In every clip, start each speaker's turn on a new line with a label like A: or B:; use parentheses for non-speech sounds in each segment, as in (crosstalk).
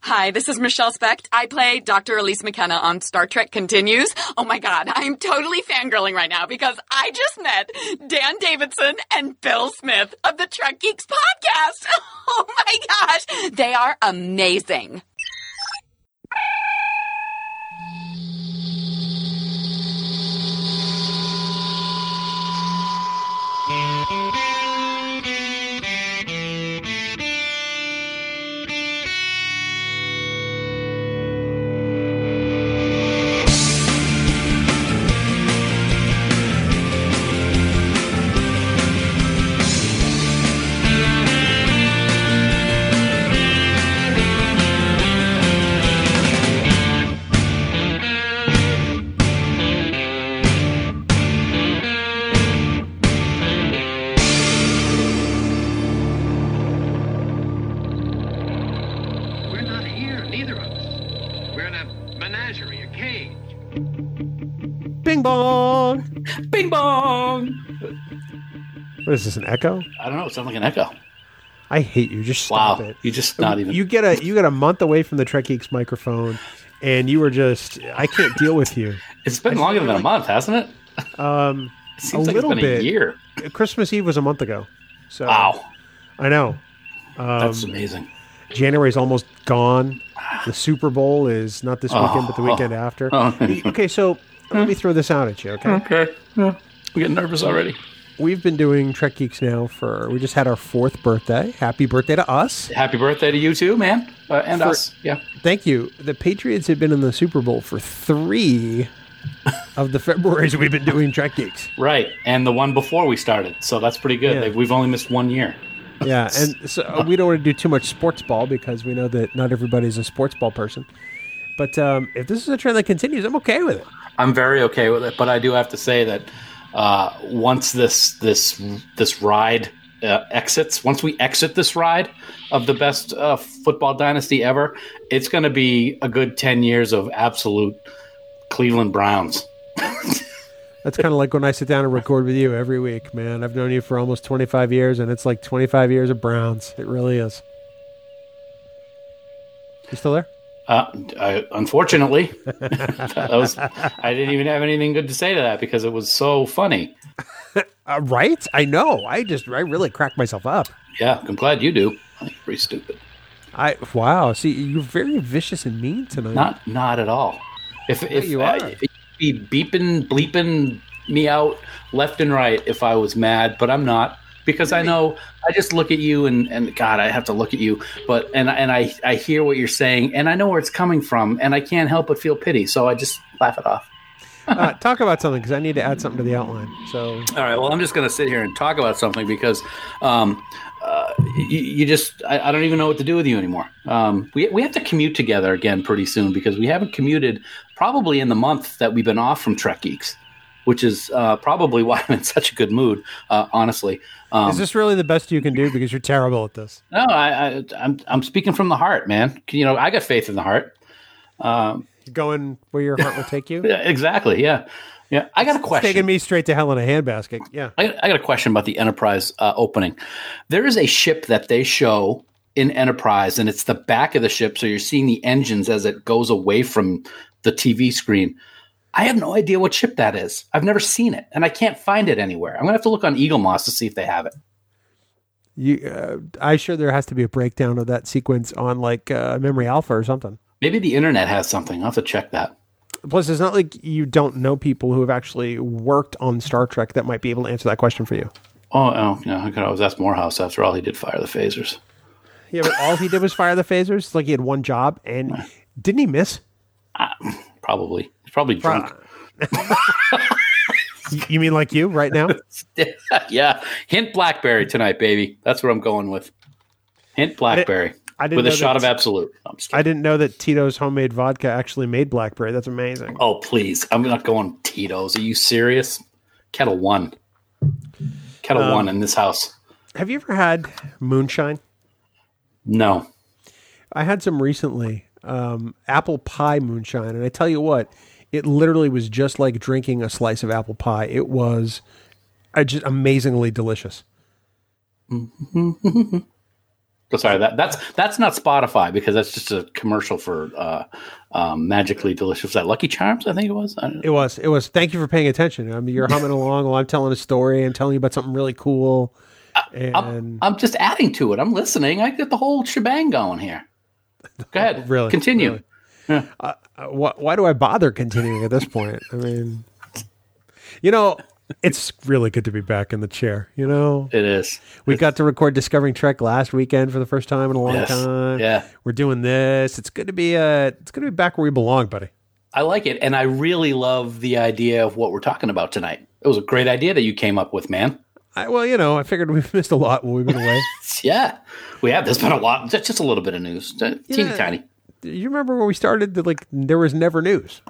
A: Hi, this is Michelle Specht. I play Dr. Elise McKenna on Star Trek Continues. Oh my god, I'm totally fangirling right now because I just met Dan Davidson and Bill Smith of the Trek Geeks podcast. (laughs) Oh my gosh, they are amazing.
B: We're not here, neither of us. We're in a menagerie, a cage.
C: Bing bong.
D: Bing bong.
C: What is this? An echo?
D: I don't know. It sounds like an echo.
C: I hate you. Just stop
D: Wow.
C: it.
D: You just not even.
C: You get a you get a month away from the Trek Geeks microphone, and you were just I can't deal with you.
D: it's been longer than a month, hasn't it?
C: Um,
D: It
C: a
D: seems like
C: little
D: it's been
C: bit.
D: a year.
C: Christmas Eve was a month ago. So um,
D: Wow.
C: I know.
D: That's (laughs) amazing.
C: January's almost gone. The Super Bowl is not this weekend, but the weekend after.
D: Oh.
C: okay, so let me throw this out at you. Okay,
D: Okay. Yeah. I'm getting nervous already.
C: we've been doing Trek Geeks now for we just had our fourth birthday. Happy birthday to us!
D: Happy birthday to you too, man. Uh, and us. Yeah.
C: Thank you. The Patriots have been in the Super Bowl for three of the Februarys we've been doing Trek (laughs) Geeks.
D: Right. And the one before we started. So that's pretty good.
C: Yeah.
D: Like, We've only missed one year.
C: Yeah, and so uh, we don't want to do too much sports ball because we know that not everybody's a sports ball person. But um, if this is a trend that continues, I'm okay with it.
D: I'm very okay with it, but I do have to say that uh, once this this this ride uh, exits, once we exit this ride of the best uh, football dynasty ever, it's going to be a good ten years of absolute Cleveland Browns.
C: That's kind of like when I sit down and record with you every week, man. I've known you for almost 25 years, and it's like 25 years of Browns. It really is. You still there?
D: Uh, I, unfortunately, (laughs) that was, I didn't even have anything good to say to that because it was so funny.
C: Uh, right? I know. I just, I really cracked myself up.
D: Yeah, I'm glad you do. Pretty stupid.
C: I wow. See, you're very vicious and mean tonight.
D: Not not at all. If if
C: you
D: I-
C: are.
D: you'd be beeping bleeping me out left and right if I was mad, but I'm not because I know I just look at you and and God, I have to look at you, but and and I I hear what you're saying and I know where it's coming from and I can't help but feel pity, so I just laugh it off.
C: uh, talk about something because I need to add something to the outline. So
D: All right. Well, I'm just going to sit here and talk about something because um, uh, you, you just, I, I don't even know what to do with you anymore. Um, we, we have to commute together again pretty soon because we haven't commuted probably in the month that we've been off from Trek Geeks, which is uh, probably why I'm in such a good mood, uh, honestly. Um,
C: is this really the best you can do? Because you're terrible at this.
D: no, I, I, I'm, I'm speaking from the heart, man. You know, I got faith in the heart.
C: Going where your heart will take
D: (laughs)
C: you.
D: Yeah, exactly. Yeah. Yeah. I got a question.
C: Taking me straight to hell in a handbasket. Yeah.
D: I, I got a question about the Enterprise uh, opening. There is a ship that they show in Enterprise, and it's the back of the ship, so you're seeing the engines as it goes away from the TV screen. I have no idea what ship that is. I've never seen it, and I can't find it anywhere. I'm gonna have to look on Eagle Moss to see if they have it.
C: You, uh, I sure there has to be a breakdown of that sequence on like uh, Memory Alpha or something.
D: Maybe the internet has something. I'll have to check that.
C: Plus, it's not like you don't know people who have actually worked on Star Trek that might be able to answer that question for you.
D: Oh, oh no, I could always ask Morehouse. After all, he did fire the phasers.
C: Yeah, but all he did was fire the phasers. It's like he had one job, and didn't he miss?
D: Probably, he's probably drunk.
C: Y- (laughs) You mean like you right now?
D: yeah, hint blackberry tonight, baby. That's what I'm going with. Hint blackberry
C: I didn't
D: with a
C: know
D: shot
C: that-
D: of absolute. No, I'm just kidding.
C: I didn't know that Tito's homemade vodka actually made blackberry. That's amazing.
D: oh please, I'm not going Tito's. Are you serious? Kettle one, kettle
C: Um,
D: one in this house.
C: Have you ever had moonshine?
D: No,
C: I had some recently, um, apple pie moonshine, and I tell you what, it literally was just like drinking a slice of apple pie. It was uh, just amazingly delicious.
E: Sorry, that that's that's not Spotify because that's just a commercial for uh, um, magically delicious. Was that Lucky Charms, I think it was. I don't
F: It was. It was. Thank you for paying attention. I mean, you're humming along while I'm telling a story and telling you about something really cool. And
E: I'm just adding to it. I'm listening. I get the whole shebang going here.
C: (laughs)
E: Go ahead.
F: Really,
E: Continue.
F: really. uh, why, why do I bother continuing at this point? I mean, you know, it's really good to be back in the chair. You know,
E: It is.
F: we got to record Discovering Trek last weekend for the first time in a long
E: Yes.
F: time.
E: Yeah.
F: we're doing this. It's good to be. Uh, it's good to be back where we belong, buddy.
E: I like it, and I really love the idea of what we're talking about tonight. It was a great idea that you came up with, man.
F: I, well, you know, I figured we've (laughs) missed a lot while we've been
E: (laughs)
F: away.
E: Yeah, we have. There's been a lot. Just, just a little bit of news, t- teeny tiny.
F: you remember when we started? That like there was never news.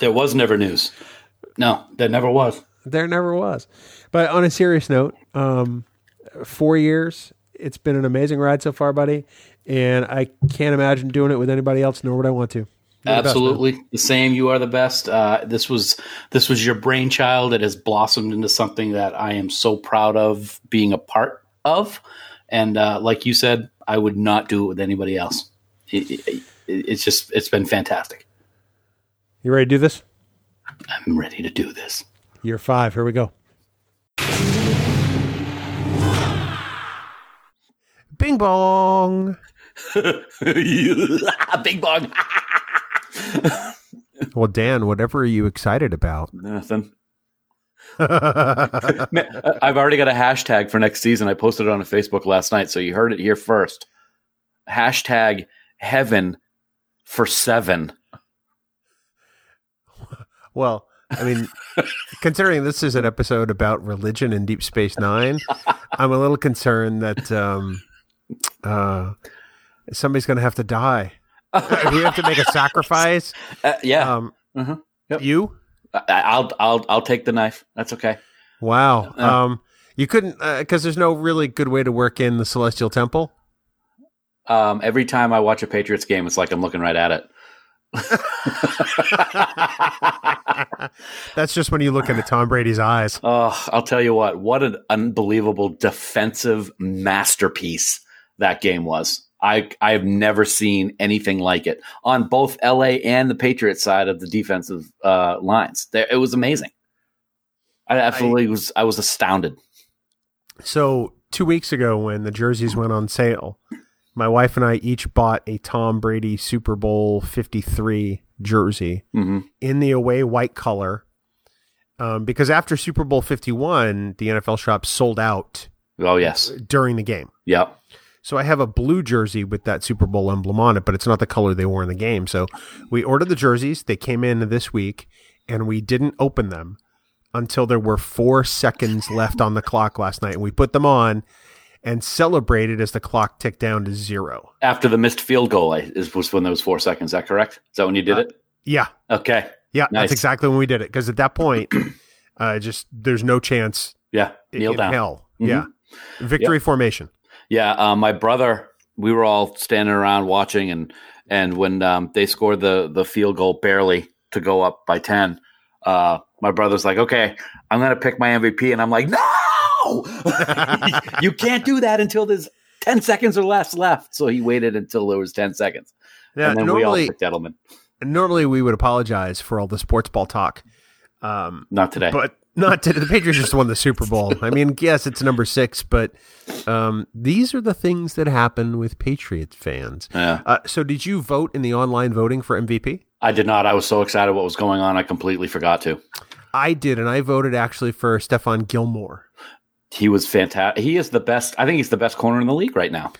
E: There was never news. No, there never was.
F: There never was. But on a serious note, um, four years. It's been an amazing ride so far, buddy. And I can't imagine doing it with anybody else, nor would I want to. You're the best, man.
E: Absolutely, the same. You are the best. Uh, this was this was your brainchild. It has blossomed into something that I am so proud of being a part of. And uh, like you said, I would not do it with anybody else. It- it- it- it's just it's been fantastic.
F: You ready to do this?
E: I'm ready to do this.
F: Year five. Here we go. Bing bong.
D: (laughs)
E: Big bong.
F: Well, Dan, whatever are you excited about? (laughs)
D: Nothing. Man, I- I've already got a hashtag for next season. I posted it on Facebook last night, so you heard it here first. Hashtag heaven for seven.
F: Well, I mean, considering this is an episode about religion in Deep Space Nine, I'm a little concerned that um, uh, somebody's going to have to die. (laughs) If we have to make a sacrifice.
D: Uh, yeah,
F: Um,
D: Mhm. Yep.
F: You?
D: Uh, I I'll I'll I'll take the knife. That's okay.
F: Wow.
D: Uh.
F: Um, you couldn't, because there's no really good way to work in the Celestial Temple.
D: Um, every time I watch a Patriots game, it's like I'm looking right at it. (laughs)
F: That's just when you look into Tom Brady's eyes.
D: Oh, I'll tell you what, what an unbelievable defensive masterpiece that game was. I I have never seen anything like it on both LA and the Patriots side of the defensive uh, lines. There, it was amazing. I absolutely was I was astounded.
F: So two weeks ago, when the jerseys went on sale, my wife and I each bought a Tom Brady Super Bowl Fifty Three jersey
D: hmm
F: in the away white color, um, because after Super Bowl Fifty One, the NFL shop sold out
D: Oh yes.
F: during the game.
D: Yep.
F: So I have a blue jersey with that Super Bowl emblem on it, but it's not the color they wore in the game. So we ordered the jerseys. They came in this week, and we didn't open them until there were four seconds left on the clock last night. And we put them on and celebrated as the clock ticked down to zero.
D: After the missed field goal I, is, was when there was four seconds. Is that correct? Is that when you did it?
F: Yeah,
D: Okay.
F: yeah,
D: Nice.
F: that's exactly when we did it. Because at
D: (clears throat)
F: that point, uh, just there's no chance
D: Yeah.
F: i-
D: Kneel
F: in
D: down.
F: hell.
D: Mhm.
F: Yeah,
D: (laughs)
F: victory formation. (laughs)
D: Yeah, uh, my brother. We were all standing around watching, and and when um, they scored the the field goal barely to go up by ten, uh, my brother's like, "Okay, I'm gonna pick my MVP," and I'm like, "No, (laughs) you can't do that until there's ten seconds or less left." So he waited until there was ten seconds,
F: Yeah,
D: and then we all
F: normally,
D: picked Edelman.
F: normally we would apologize for all the sports ball talk. Um,
D: Not today.
F: But not to, the Patriots just won the Super Bowl. I mean, yes, it's number six, but um, these are the things that happen with Patriots fans.
D: yeah,
F: Uh, so, did you vote in the online voting for MVP?
D: I did not. I was so excited what was going on, I completely forgot to.
F: I did, and I voted actually for Stefan Gilmore.
D: He was fantastic. He is the best. I think he's the best corner in the league right now.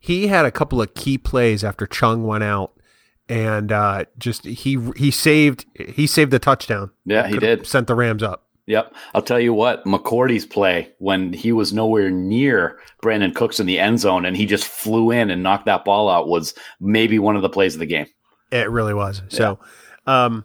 F: He had a couple of key plays after Chung went out, and uh, just he he saved he saved the touchdown.
D: Yeah, he
F: Could've
D: did.
F: sent the Rams up.
D: Yep. I'll tell you what, McCourty's play when he was nowhere near Brandon Cooks in the end zone and he just flew in and knocked that ball out was maybe one of the plays of the game.
F: It really was. So, um,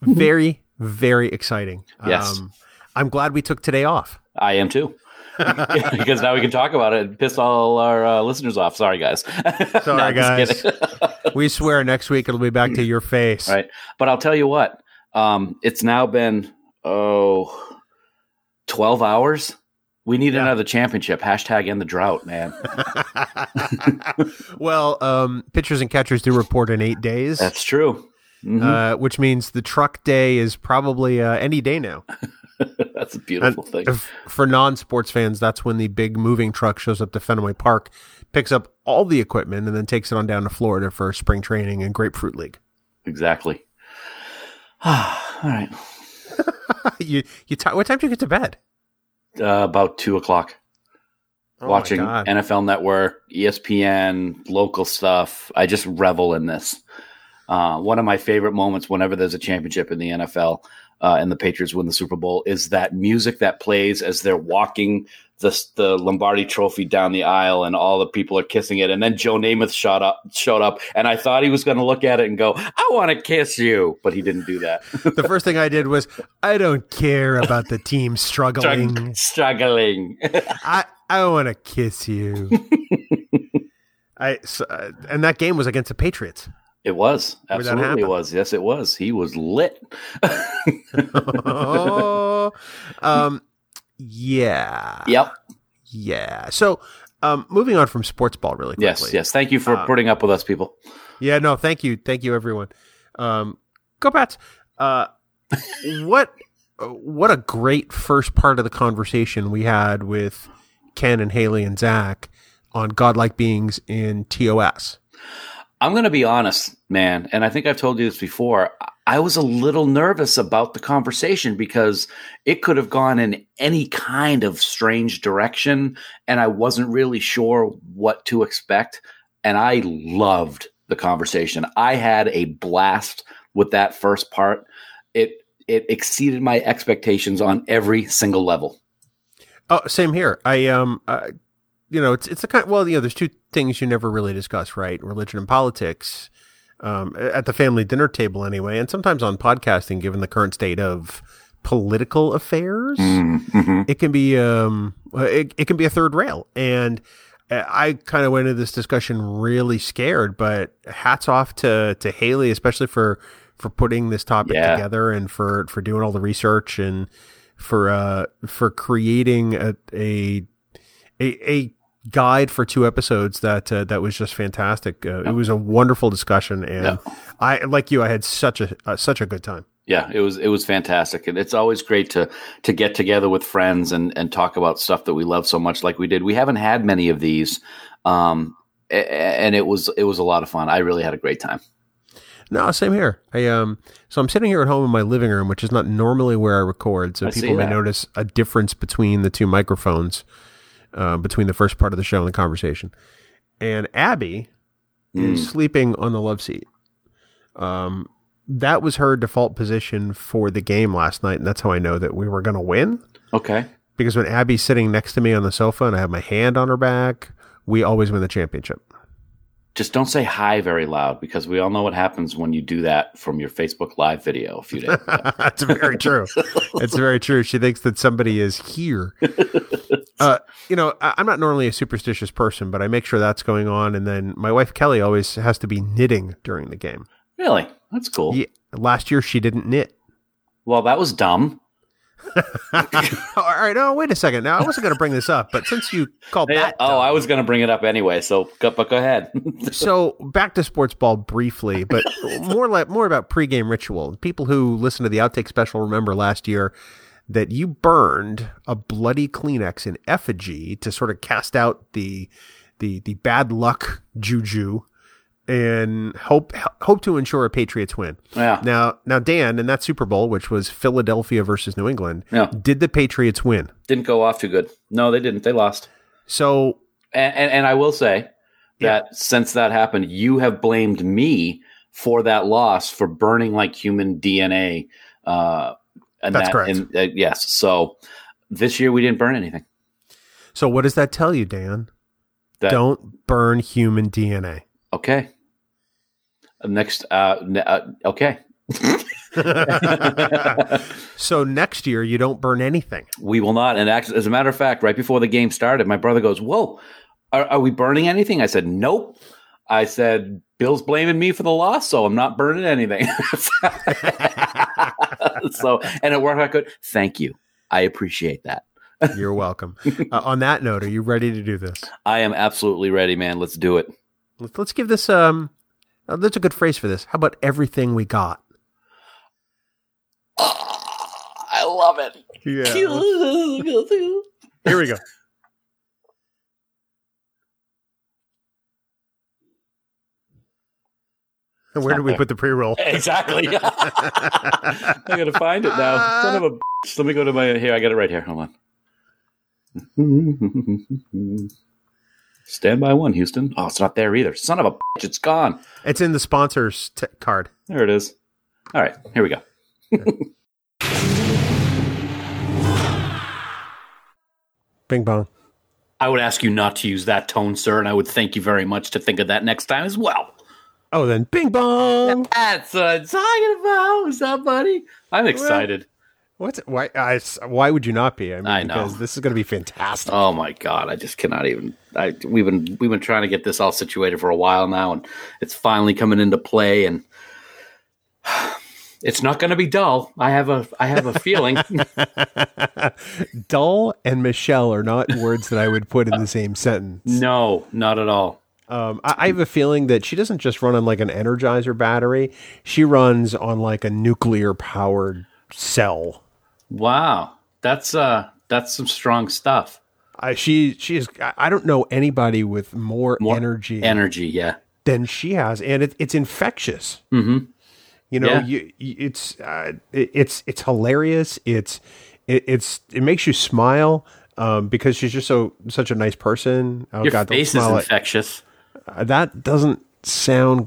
F: very very exciting.
D: Yes.
F: Um, I'm glad we took today off.
D: I am too. (laughs) because now we can talk about it and piss all our uh, listeners off. Sorry, guys. (laughs)
F: Sorry,
D: I'm just kidding. (laughs)
F: We swear next week it'll be back to your face.
D: Right. but I'll tell you what, um, it's now been, oh, 12 hours We need another championship. Hashtag end the drought,
F: (laughs)
D: man.
F: well, um, pitchers and catchers do report in eight days,
D: That's true. Mhm.
F: uh, which means the truck day is probably uh, any day now.
D: (laughs) That's a beautiful thing.
F: If- for non-sports fans, that's when the big moving truck shows up to Fenway Park, picks up all the equipment, and then takes it on down to Florida for spring training and Grapefruit League. (laughs)
D: Exactly. (sighs) Ah, All right.
F: you, you ti what time do you get to bed?
D: Uh, about two o'clock.
F: Oh my
D: watching
F: God.
D: NFL Network, E ESPN, local stuff. I just revel in this. Uh, one of my favorite moments whenever there's a championship in the NFL uh, and the Patriots win the Super Bowl is that music that plays as they're walking the, the Lombardi Trophy down the aisle and all the people are kissing it. And then Joe Namath shot up, showed up, and I thought he was going to look at it and go, "I want to kiss you," but he didn't do
F: (laughs)
D: that.
F: the first thing I did was I don't care about the
D: (laughs)
F: team struggling.
D: Struggling.
F: I I want to
D: (laughs)
F: kiss you. I so, uh, and that game was against the Patriots. (laughs)
D: It was
F: Where'd that
D: absolutely
F: happen?
D: it was. Yes, it was. He was lit. (laughs)
F: um, yeah,
D: Yep.
F: yeah. So, um, moving on from sports ball, really quickly.
D: Yes, yes. Thank you for
F: Uh,
D: putting up with us, people.
F: Yeah, no, thank you. Thank you, everyone. Um, go Pats.
D: (laughs)
F: Uh, what, what a great first part of the conversation we had with Ken and Haley and Zach on godlike beings in TOS.
D: I'm going to be honest, man, and I think I've told you this before. I- I was a little nervous about the conversation because it could have gone in any kind of strange direction, and I wasn't really sure what to expect. And I loved the conversation. I had a blast with that first part. It it exceeded my expectations on every single level.
F: Oh, same here. I um, uh, you know, it's it's a kind. Well, you know, there's two things you never really discuss, right? Religion and politics. Um, at the family dinner table, anyway, and sometimes on podcasting, given the current state of political affairs. it can be um it, it can be a third rail and uh, i kind of went into this discussion really scared but hats off to to haley especially for for putting this topic
D: Yeah.
F: together and for for doing all the research and for uh for creating a a a, a guide for two episodes that uh, that was just fantastic uh, it was a wonderful discussion and i like you i had such a uh, such a good time
D: yeah it was it was fantastic and it's always great to to get together with friends and and talk about stuff that we love so much like we did we haven't had many of these um a- a- and it was it was a lot of fun i really had a great time
F: No, same here. I um, so I'm sitting here at home in my living room, which is not normally where I record. So
D: I see
F: people may
D: that.
F: notice a difference between the two microphones, uh, between the first part of the show and the conversation. And Abby
D: Mm.
F: is sleeping on the love seat. Um, that was her default position for the game last night, and that's how I know that we were going to win.
D: okay
F: Because when Abby's sitting next to me on the sofa and I have my hand on her back, we always win the championship.
D: just don't say hi very loud because we all know what happens when you do that from your facebook live video a few
F: (laughs)
D: days ago.
F: That's very true. It's very true. She thinks that somebody is here.
D: (laughs)
F: Uh, you know, I, I'm not normally a superstitious person, but I make sure that's going on. And then my wife Kelly always has to be knitting during the game.
D: really that's cool
F: Ye- last year she didn't knit. (laughs)
D: well that was dumb
F: All right. Oh, wait a second. Now I wasn't going to bring this up, but since you called
D: Yeah,
F: that,
D: oh
F: dumb-
D: i was gonna bring it up anyway so go, but go ahead (laughs)
F: so back to sports ball briefly, but more like more about pregame ritual. People who listen to the outtake special remember last year that you burned a bloody Kleenex in effigy to sort of cast out the the the bad luck juju and hope hope to ensure a Patriots win.
D: yeah
F: Now now Dan in that Super Bowl, which was Philadelphia versus New England,
D: Yeah.
F: did the Patriots win?
D: didn't go off too good no they didn't they lost
F: So
D: and, and, and I will say that since that happened, you have blamed me for that loss for burning like human DNA. Uh, and
F: That's
D: that,
F: correct.
D: And, uh, yes. So this year we didn't burn anything.
F: so what does that tell you, Dan?
D: That-
F: Don't burn human DNA.
D: Okay. Next. Uh, ne- uh, okay.
F: (laughs) so next year you don't burn anything.
D: We will not. And act- as a matter of fact, right before the game started, my brother goes, Whoa, are, are we burning anything? I said, Nope. I said, Bill's blaming me for the loss, so I'm not burning anything. (laughs) so, and it worked out good. Thank you. I appreciate that.
F: You're welcome. uh, on that note, are you ready to do this?
D: I am absolutely ready, man. Let's do it.
F: Let's, let's give this um. uh, that's a good phrase for this. How about everything we got?
D: Ah, I love it.
F: Yeah.
D: (laughs)
F: Here we go. And where did we put the pre-roll?
D: (laughs) exactly. I gotta find it now. Son of a. bitch. Let me go to my here. I got it right here. Hold on. Stand by one, Houston. Oh, it's not there either. Son of a. bitch, It's gone.
F: It's in the sponsors t- card.
D: There it is. All right, here we go.
F: Bing bong.
D: I would ask you not to use that tone, sir, and I would thank you very much to think of that next time as well.
F: Oh, then bing bong.
D: That's what I'm talking about. Is that, buddy? I'm excited.
F: What's why? I, why would you not be? I, mean,
D: I know.
F: because this is going to be fantastic.
D: Oh my god, I just cannot even. I we've been we've been trying to get this all situated for a while now, and it's finally coming into play. And (sighs) it's not going to be dull. I have a I have a
F: (laughs)
D: feeling.
F: Dull and Michelle are not words that I would put in the same sentence.
D: no, not at all.
F: Um, I, I have a feeling that she doesn't just run on like an Energizer battery; she runs on like a nuclear powered cell.
D: Wow, that's uh that's some strong stuff.
F: I, she she is. I I don't know anybody with more, energy
D: Energy, yeah.
F: than she has, and it, it's infectious.
D: Mhm.
F: You know,
D: Yeah.
F: you, you- it's uh, it, it's it's hilarious. It's it, it's it makes you smile um, because she's just so such a nice person. Oh
D: Your
F: God, don't
D: face is
F: smile at-
D: infectious.
F: uh, that doesn't sound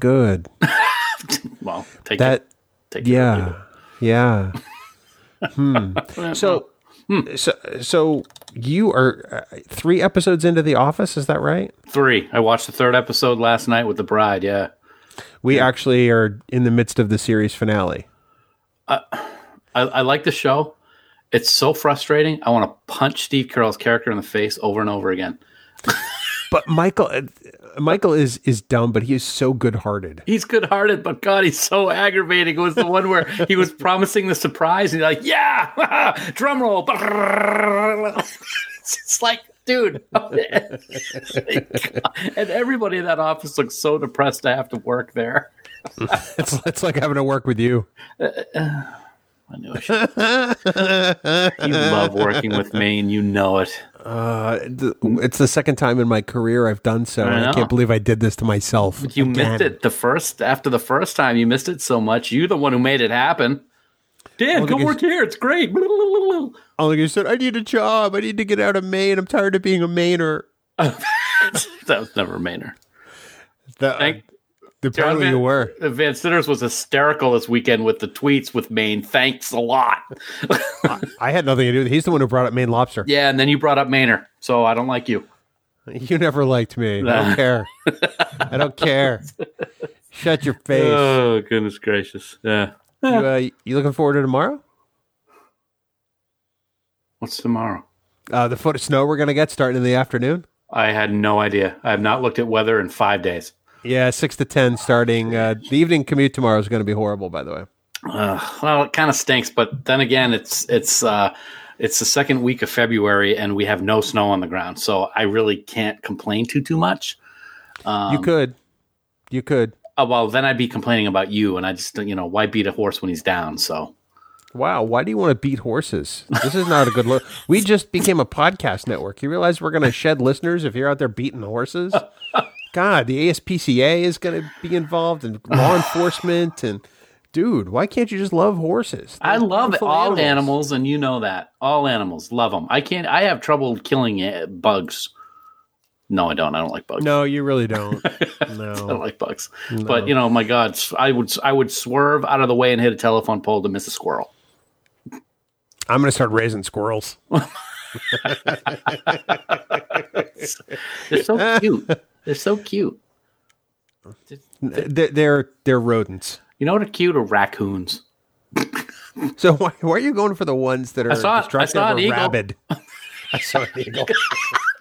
D: (laughs)
F: good.
D: Well, take
F: That
D: it. Take it.
F: yeah, yeah.
D: (laughs)
F: hmm. So. So, so you are uh, three episodes into The Office, is that right?
D: Three. I watched the third episode last night with the bride. Yeah.
F: We actually are in the midst of the series finale.
D: I, I like the show. It's so frustrating. I want to punch Steve Carell's character in the face over and over again.
F: But Michael, uh, Michael is is dumb, but he is so good hearted.
D: He's good hearted, but God, he's so aggravating. It was the one where he (laughs) was promising the surprise, and he's like, "Yeah, (laughs) drum roll." it's just like, dude. and everybody in that office looks so depressed to have to work there.
F: (laughs) It's, it's like having to work with you.
D: I knew I should. you love working with me, and you know it.
F: Uh, th- It's the second time in my career I've done so. and I
D: know.
F: can't believe I did this to myself.
D: You
F: again.
D: missed it the first after the first time. You missed it so much. You're the one who made it happen. Dan, come
F: because-
D: work here. It's (laughs) great.
F: Oh, like you said, I need a job. I need to get out of Maine. I'm tired of being a Mainer.
D: that was never Maynard.
F: The, uh,
D: Thank-
F: the- apparently
D: John
F: you
D: Van-
F: were.
D: Van Sitters was hysterical this weekend with the tweets with Maine. Thanks a lot. (laughs)
F: I had nothing to do with it. He's the one who brought up
D: (laughs)
F: Maine lobster.
D: yeah, and then you brought up Maynard, so I don't like you.
F: You never liked me. I don't care. I don't
D: (laughs)
F: care. Shut your face.
D: Oh goodness gracious! Yeah.
F: you, uh, you looking forward to tomorrow?
D: What's tomorrow?
F: Uh, the foot of snow we're going to get starting in the afternoon?
D: I had no idea. I have not looked at weather in five days.
F: Yeah, six to ten starting. Uh, the evening commute tomorrow is going to be horrible. By the way,
D: Uh, well, it kind of stinks, but then again, it's it's uh, it's the second week of February, and we have no snow on the ground, so I really can't complain too too much. Um,
F: you could, you could.
D: oh, well, then I'd be complaining about you, and I just you know why beat a horse when he's down? So
F: Wow, why do you want to beat horses? This is not a good look. (laughs) We just became a podcast network. You realize we're going to shed listeners if you're out there beating (laughs) horses. God, the ASPCA is going to be involved and (sighs) law enforcement and dude, why can't you just love horses?
D: I
F: They're
D: love
F: beautiful
D: all animals. and you know that all animals love them. I can't. I have trouble killing uh, bugs. No, I don't. I don't like bugs.
F: No, you really (laughs) don't.
D: I don't
F: No,
D: like bugs. But you know, my God, s- I would I would swerve out of the way and hit a telephone pole to miss a squirrel.
F: I'm going to start raising (laughs) squirrels.
D: They're so
F: (laughs)
D: cute. They're so cute.
F: They're they're, they're rodents.
D: You know what are cute are raccoons.
F: So why, why are you going for the ones that are
D: saw- I
F: destructive
D: saw an
F: or
D: eagle.
F: rabid? I saw an eagle.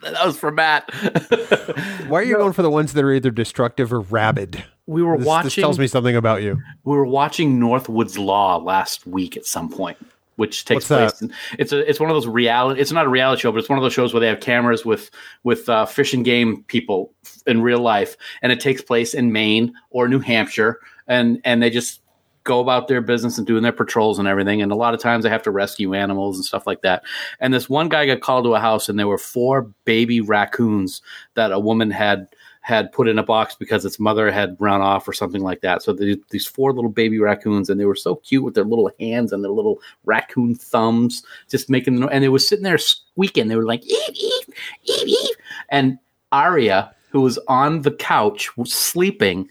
D: That was for Matt.
F: Why are you going for the ones that are either destructive or rabid?
D: we were
F: This, this
D: watching
F: tells me something about you.
D: we were watching Northwood's Law last week at some point. which takes
F: What's
D: place. It's a it's one of those reality. It's not a reality show, but it's one of those shows where they have cameras with with uh, fish and game people in real life, and it takes place in Maine or New Hampshire, and and they just go about their business and doing their patrols and everything. And a lot of times they have to rescue animals and stuff like that. And this one guy got called to a house, and there were four baby raccoons that a woman had had put in a box because its mother had run off or something like that. So the, these four little baby raccoons, and they were so cute with their little hands and their little raccoon thumbs, just making the no- and they were sitting there squeaking. They were like eep eep eep eep, and Aria, who was on the couch was sleeping,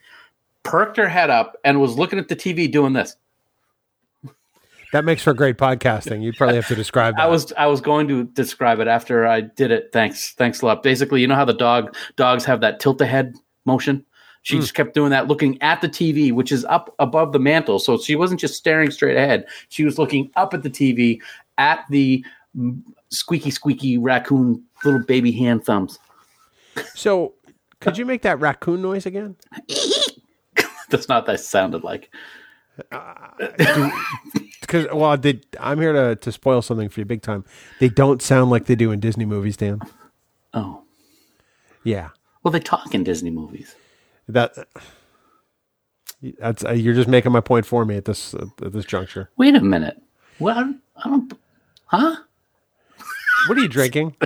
D: perked her head up and was looking at the TV doing this.
F: That makes for great podcasting. You'd probably have to describe
D: (laughs)
F: that.
D: I was I was going to describe it after I did it. Thanks, thanks a lot. Basically, you know how the dog dogs have that tilt a head motion. She just kept doing that, looking at the TV, which is up above the mantle. So she wasn't just staring straight ahead. She was looking up at the TV at the mm, squeaky, squeaky raccoon little baby hand thumbs. (laughs)
F: so, could you make that raccoon noise again?
D: That's not that it sounded like.
F: Because well, they, I'm here to, to spoil something for you big time. They don't sound like they do in Disney movies, Dan.
D: Oh,
F: Yeah,
D: well, they talk in Disney movies.
F: that that's uh, you're just making my point for me at this uh, at this juncture.
D: Wait a minute. Well, I don't. Huh?
F: What are you drinking? (laughs)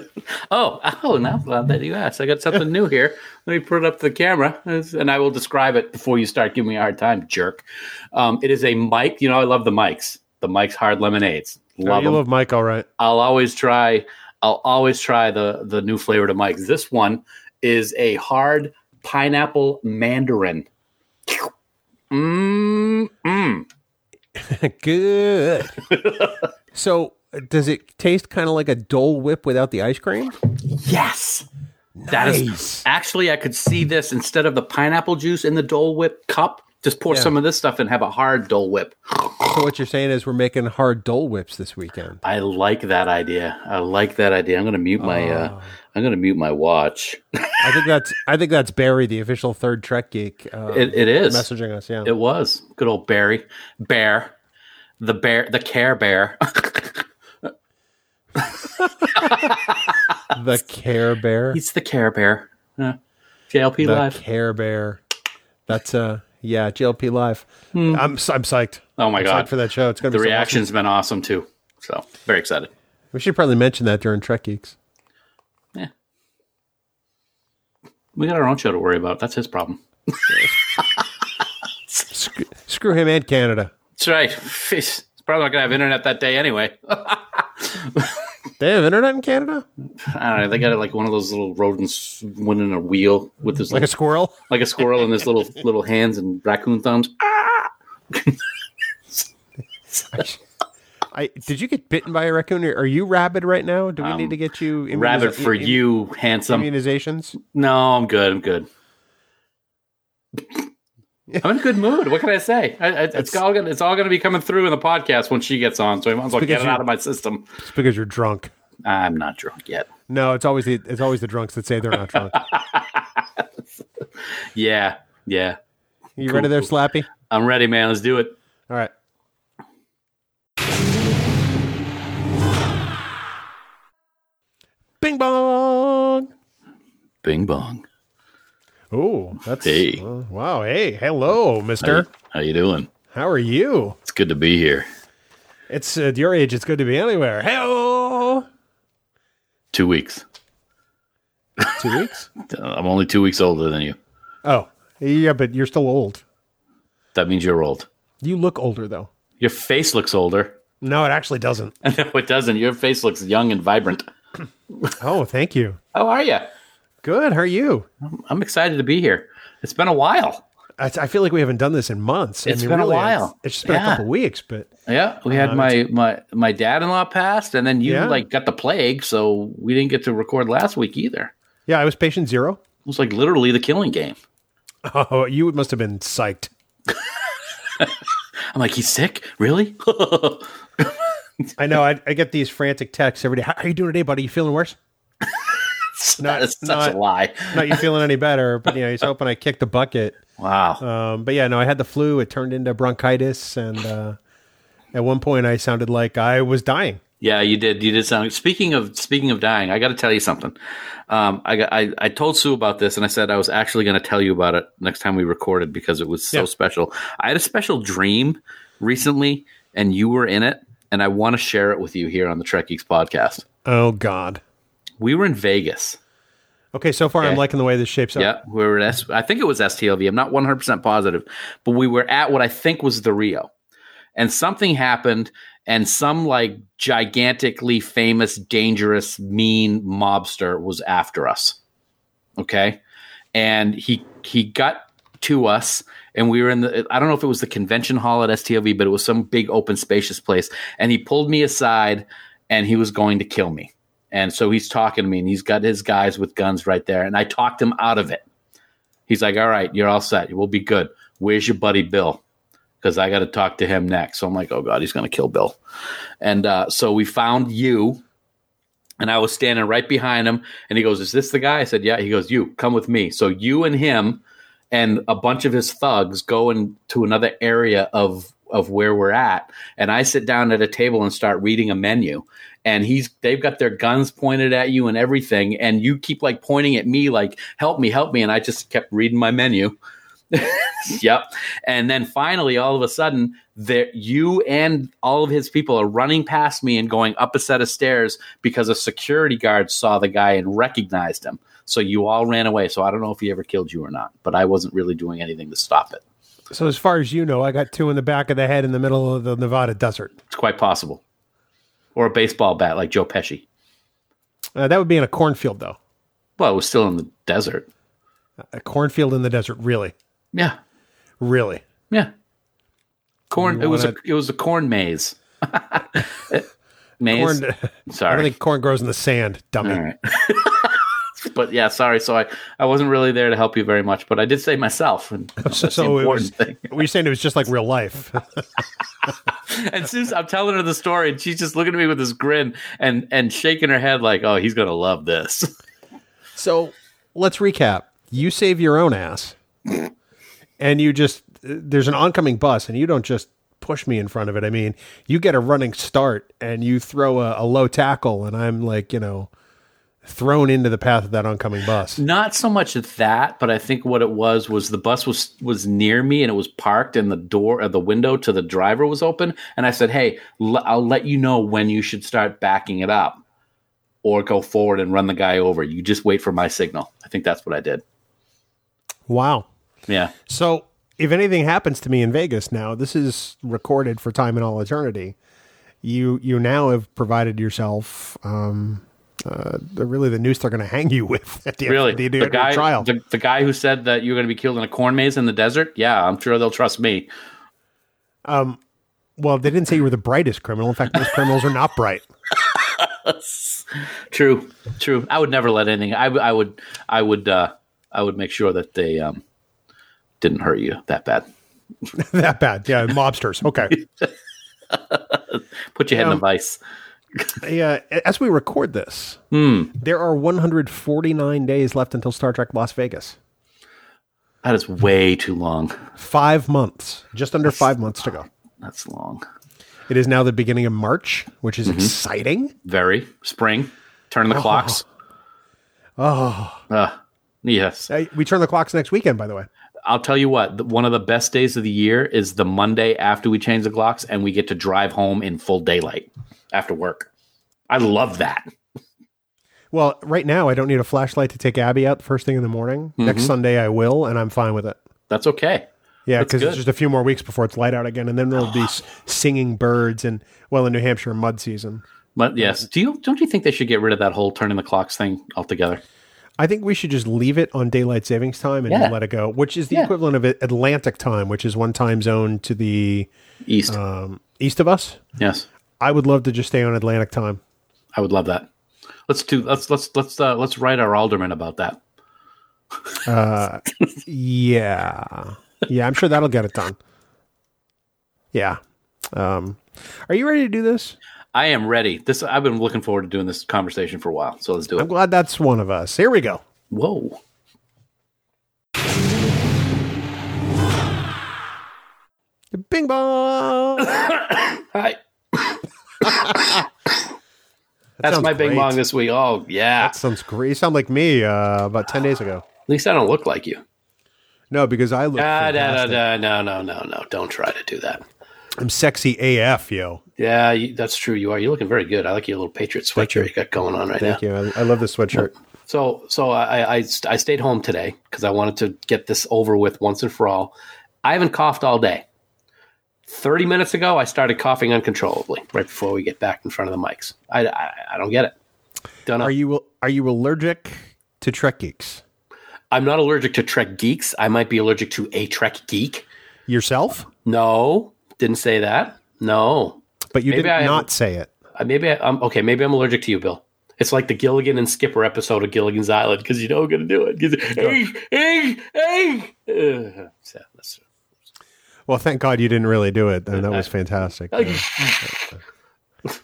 D: Oh, oh, now glad that you asked. I got something new here. Let me put it up to the camera, and I will describe it before you start giving me a hard time, jerk. Um, it is a mic. You know, I love the mics. The mics hard lemonades.
F: Oh,
D: Love
F: you
D: 'em.
F: love Mike, all right.
D: I'll always try. I'll always try the the new flavor to mics. This one is a hard pineapple mandarin. Mmm. Mmm.
F: Good. (laughs) so, does it taste kind of like a Dole Whip without the ice cream?
D: Yes. That is
F: Nice.
D: actually I could see this instead of the pineapple juice in the Dole Whip cup. Just pour some of this stuff and have a hard Dole Whip.
F: So, what you're saying is we're making hard Dole Whips this weekend.
D: I like that idea. I like that idea. I'm gonna mute my. Uh, I'm gonna mute my watch.
F: I think that's I think that's Barry, the official third Trek geek. Uh,
D: It, it is.
F: messaging us. Yeah,
D: It was good old Barry Bear, the bear, the Care Bear. (laughs)
F: the Care Bear.
D: He's the Care Bear. Yeah. JLP
F: the
D: live.
F: Care Bear. That's uh yeah, GLP live. I'm s- I'm psyched.
D: Hmm. Oh my
F: I'm
D: god!
F: psyched for that show. It's gonna
D: the
F: be so
D: reaction's been awesome too. So very excited.
F: awesome. We should probably mention that during Trek geeks.
D: We got our own show to worry about. That's his problem.
F: Sc- screw him and Canada.
D: That's right. (laughs) He's probably not gonna have internet that day anyway. (laughs)
F: They have internet in Canada,
D: I don't know. They got like one of those little rodents winning a wheel with this (laughs)
F: like a squirrel.
D: like a squirrel and his little little hands and raccoon thumbs.
F: I did you get bitten by a raccoon? Are you rabid right now? Do we need to get you immuniza-
D: Rabbit for
F: im-
D: you, handsome.
F: immunizations?
D: No, I'm good. I'm good. (laughs) I'm in a good mood. What can I say? I, I, it's, all gonna it's all gonna be coming through in the podcast when she gets on. So I might as well get
F: because
D: it
F: you-
D: out of my system.
F: It's because you're drunk.
D: I'm not drunk yet.
F: No, it's always the it's always the drunks that say they're not
D: (laughs)
F: drunk.
D: Yeah, yeah.
F: You ready there, Slappy?
D: I'm ready, man. Let's do it.
F: All right. Bing bong.
D: Bing bong.
F: Oh, that's
D: Hey.
F: uh, wow. Hey, hello, Mister.
D: How you doing?
F: How are you?
D: It's good to be here.
F: It's at your age. It's good to be anywhere. Hello.
D: Two weeks.
F: Two weeks.
D: Uh, I'm only two weeks older than you.
F: Oh, yeah, but you're still old.
D: That means you're old.
F: You look older though.
D: Your face looks older. (laughs)
F: No, it actually doesn't.
D: no, it doesn't. Your face looks young and vibrant.
F: Oh, thank you.
D: How are you?
F: Good. How are you?
D: I'm excited to be here. It's been a while.
F: I, I feel like we haven't done this in months.
D: It's
F: I mean,
D: been a
F: really,
D: while.
F: It's, it's just been a
D: Yeah.
F: couple weeks, but
D: Yeah, we had my my my dad-in-law passed, and then you
F: Uh, Yeah.
D: like got the plague, so we didn't get to record last week either.
F: yeah, I was patient zero.
D: It was like literally the killing game.
F: Oh, you must have been psyched.
D: I'm like, he's sick, really? (laughs)
F: I know. I, I get these frantic texts every day. How are you doing today, buddy? You feeling worse? Not-
D: That's such
F: not-
D: a lie.
F: Not you feeling any better, but you know, he's hoping I kick the bucket.
D: Wow.
F: Um, but yeah, no, I had the flu. It turned into bronchitis, and uh, At one point, I sounded like I was dying.
D: Yeah, you did. You did sound. Speaking of speaking of dying, I got to tell you something. Um, I, got, I I told Sue about this, and I said I was actually going to tell you about it next time we recorded because it was so
F: Yeah.
D: special. I had a special dream recently, and you were in it, and I want to share it with you here on the Trek Geeks podcast.
F: Oh God.
D: We were in Vegas.
F: Okay, so far I'm
D: Okay.
F: liking the way this shapes up.
D: Yeah, we were. At S- I think it was STLV. I'm not 100 percent positive, but we were at what I think was the Rio, and something happened, and some like gigantically famous, dangerous, mean mobster was after us. Okay, and he he got to us, and we were in the. I don't know if it was the convention hall at STLV, but it was some big, open, spacious place, and he pulled me aside, and he was going to kill me. And so he's talking to me, and he's got his guys with guns right there. And I talked him out of it. He's like, "All right, you're all set. We'll be good. Where's your buddy Bill? Because I got to talk to him next." So I'm like, "Oh God, he's gonna kill Bill." And uh, so we found you, and I was standing right behind him. And he goes, "Is this the guy?" I said, "Yeah." He goes, "You come with me." So you and him and a bunch of his thugs go into another area of of where we're at, and I sit down at a table and start reading a menu and he's they've got their guns pointed at you and everything and you keep like pointing at me like help me help me and i just kept reading my menu yep and then finally all of a sudden there you and all of his people are running past me and going up a set of stairs because a security guard saw the guy and recognized him so you all ran away so i don't know if he ever killed you or not but i wasn't really doing anything to stop it
F: So as far as you know, I got two in the back of the head in the middle of the Nevada desert.
D: it's quite possible or a baseball bat like joe pesci
F: Uh, that would be in a cornfield, though.
D: well it was still in the desert
F: A cornfield in the desert, really,
D: yeah
F: really.
D: Yeah. Corn. It
F: You
D: was a
F: wanna-
D: it was a corn
F: (laughs)
D: maze. (laughs) maze.
F: Corn. (laughs) I don't
D: sorry.
F: think corn grows in the sand, dummy.
D: All right. but yeah, sorry. So I I wasn't really there to help you very much, but I did save myself, and that's the
F: So it was,
D: important thing. (laughs)
F: were you saying it was just like real life?
D: And Susan, I'm telling her the story, and she's just looking at me with this grin and and shaking her head like, "Oh, he's gonna love this." (laughs)
F: so let's recap. You save your own ass, and you just there's an oncoming bus, and you don't just push me in front of it. I mean, you get a running start, and you throw a, a low tackle, and I'm like, you know, thrown into the path of that oncoming bus.
D: Not so much that, but I think what it was was the bus was was near me and it was parked, and the door, uh, the window to the driver was open, and I said, "Hey, l- I'll let you know when you should start backing it up, or go forward and run the guy over. You just wait for my signal." I think that's what I did.
F: Wow.
D: Yeah,
F: So, if anything happens to me in Vegas now, this is recorded for time and all eternity. You you now have provided yourself um, uh, the, really the noose they're going to hang you with at the
D: really.
F: end of the,
D: the guy,
F: trial.
D: The, the guy who said that you're going to be killed in a corn maze in the desert. Yeah, I'm sure they'll trust me.
F: well, they didn't say you were the brightest criminal. In fact, most criminals are not bright. (laughs)
D: True, true. I would never let anything. I, w- I would, I would, uh, I would make sure that they um, didn't hurt you that bad.
F: that bad. Yeah, mobsters.
D: (laughs)
F: Okay.
D: Put your head in the vice.
F: Yeah, as we record this,
D: Hmm.
F: there are 149 days left until Star Trek Las Vegas.
D: That is way too long.
F: Five months, just under five months to go.
D: That's long.
F: It is now the beginning of March, which
D: Mm-hmm.
F: is exciting.
D: Very spring. Turn the clocks. Oh. yes.
F: Uh, we turn the clocks next weekend, by the way.
D: I'll tell you what. th- One of the best days of the year is the Monday after we change the clocks, and we get to drive home in full daylight after work. I love that.
F: Well, right now I don't need a flashlight to take Abby out the first thing in the morning.
D: Mm-hmm.
F: Next Sunday I will, and I'm fine with it.
D: That's okay.
F: Yeah,
D: That's
F: because it's
D: good. Ah.
F: just a few more weeks before it's light out again, and then there'll be s- singing birds and well, in New Hampshire mud season.
D: But yes, do you don't you think they should get rid of that whole turning the clocks thing altogether?
F: I think we should just leave it on daylight savings time and
D: Yeah.
F: let it go, which is the
D: Yeah.
F: equivalent of Atlantic time, which is one time zone to the
D: East.
F: um, east of us.
D: yes.
F: I would love to just stay on Atlantic time.
D: I would love that. Let's do let's let's let's uh, let's write our alderman about that.
F: Yeah. Yeah, I'm sure that'll get it done. Yeah. Um, are you ready to do this?
D: I am ready. This I've been looking forward to doing this conversation for a while, so let's do
F: I'm
D: it.
F: glad that's one of us. Here we go.
D: Whoa.
F: Bing bong.
D: Hi. That's
F: sounds
D: my big
F: great.
D: mong this week. Oh yeah.
F: That sounds great. You sound like me uh, about ten days ago.
D: At least I don't look like you.
F: No, because I look.
D: Ah, no, no,
F: fantastic.
D: no, no, no, no, no. Don't try to do that.
F: I'm sexy AF, yo.
D: Yeah, you, that's true. You are. You're looking very good. I like your little Patriot sweatshirt you got going on right now.
F: Thank you. I, I love this sweatshirt.
D: So, so I, I, st- I stayed home today because I wanted to get this over with once and for all. I haven't coughed all day. 30 minutes ago, I started coughing uncontrollably right before we get back in front of the mics. I, I, I don't get it. Don't know.
F: Are you are you allergic to Trek geeks
D: I'm not allergic to Trek geeks. I might be allergic to a Trek geek.
F: yourself?
D: No, didn't say that. No,
F: But you
D: Maybe
F: did
D: I am-
F: not say it.
D: Uh, maybe I, I'm okay. Maybe I'm allergic to you, Bill. It's like the Gilligan and Skipper episode of Gilligan's Island because you know we're gonna do it. 'Cause- Hey, hey, hey. Ugh. So, that's-
F: Well, thank God you didn't really do it. And that
D: (laughs)
F: was fantastic. Go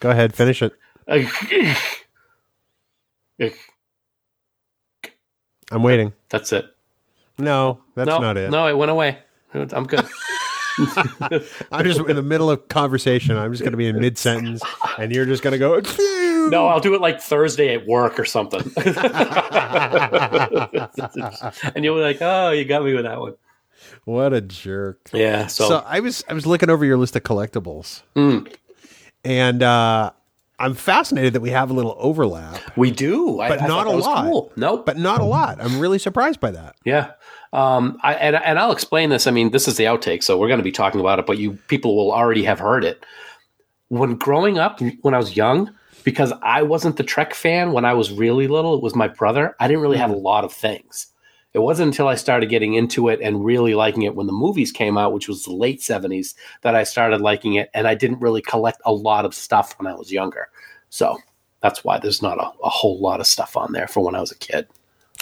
F: ahead, finish it. I'm waiting.
D: That's it.
F: No, that's
D: no,
F: not it.
D: No, it went away. I'm good.
F: I'm just in the middle of conversation. I'm just going to be in mid sentence, and you're just going to go.
D: (laughs) no, I'll do it like Thursday at work or (laughs) something. and you'll be like, "Oh, you got me with that one."
F: What a jerk.
D: Yeah. So,
F: So, I was I was looking over your list of collectibles,
D: Mm.
F: and uh, I'm fascinated that we have a little overlap,
D: we do, I-
F: but
D: I thought
F: not a
D: that was
F: lot.
D: Cool. Nope.
F: but not a lot. I'm really surprised by that.
D: Yeah. Um, I, and, and I'll explain this. I mean, this is the outtake, so we're going to be talking about it, but you people will already have heard it. When growing up, when I was young, because I wasn't the Trek fan when I was really little, it was my brother. I didn't really have a lot of things. It wasn't until I started getting into it and really liking it when the movies came out, which was the late 70s, that I started liking it. And I didn't really collect a lot of stuff when I was younger. So that's why there's not a, a whole lot of stuff on there for when I was a kid.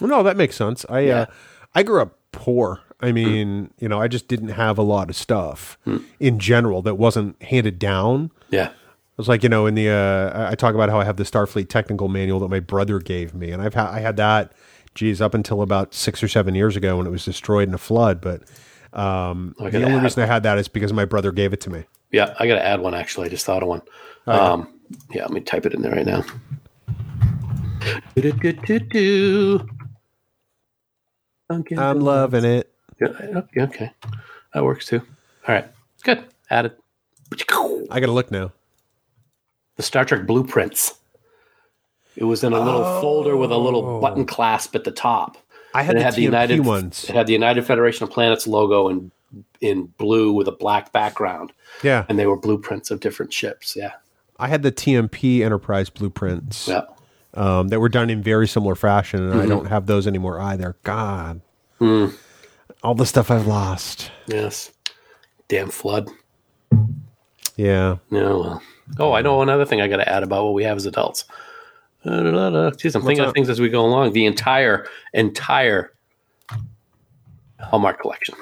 F: No, that makes sense. I
D: Yeah.
F: uh, I grew up poor. I mean, you know, I just didn't have a lot of stuff
D: Mm.
F: in general that wasn't handed down.
D: Yeah.
F: It was like you know in the uh, I- I talk about how I have the Starfleet technical manual that my brother gave me, and I've ha- I had that, geez, up until about six or seven years ago when it was destroyed in a flood. But um,
D: Look
F: the
D: at
F: only
D: that.
F: reason I had that is because my brother gave it to me.
D: Yeah, I gotta add one actually. I just thought of one.
F: Oh,
D: um, yeah, let me type it in there right now. Do-do-do-do-do. Dunkin'
F: I'm loving it.
D: Donuts. Um, Yeah, okay, that works too. All right, good. Added the
F: I gotta look now.
D: Star Trek blueprints. It was in a little folder with a little button clasp at the top.
F: Oh. I had
D: And
F: the,
D: it had the
F: TMP
D: United
F: ones.
D: It had the United Federation of Planets logo in in blue with a black background,
F: Yeah,
D: and they were blueprints of different ships. Yeah,
F: I had the TMP Enterprise blueprints
D: yeah. Mm-hmm.
F: um, that were done in very similar fashion, and I don't have those anymore either. God,
D: Mm.
F: all the stuff I've lost.
D: Yes. Damn flood.
F: Yeah,
D: Yeah, well. Oh, I know another thing I got to add about what we have as adults. Da, da, da, da. Jeez, I'm thinking
F: up?
D: of things as we go along. The entire, entire Hallmark collection.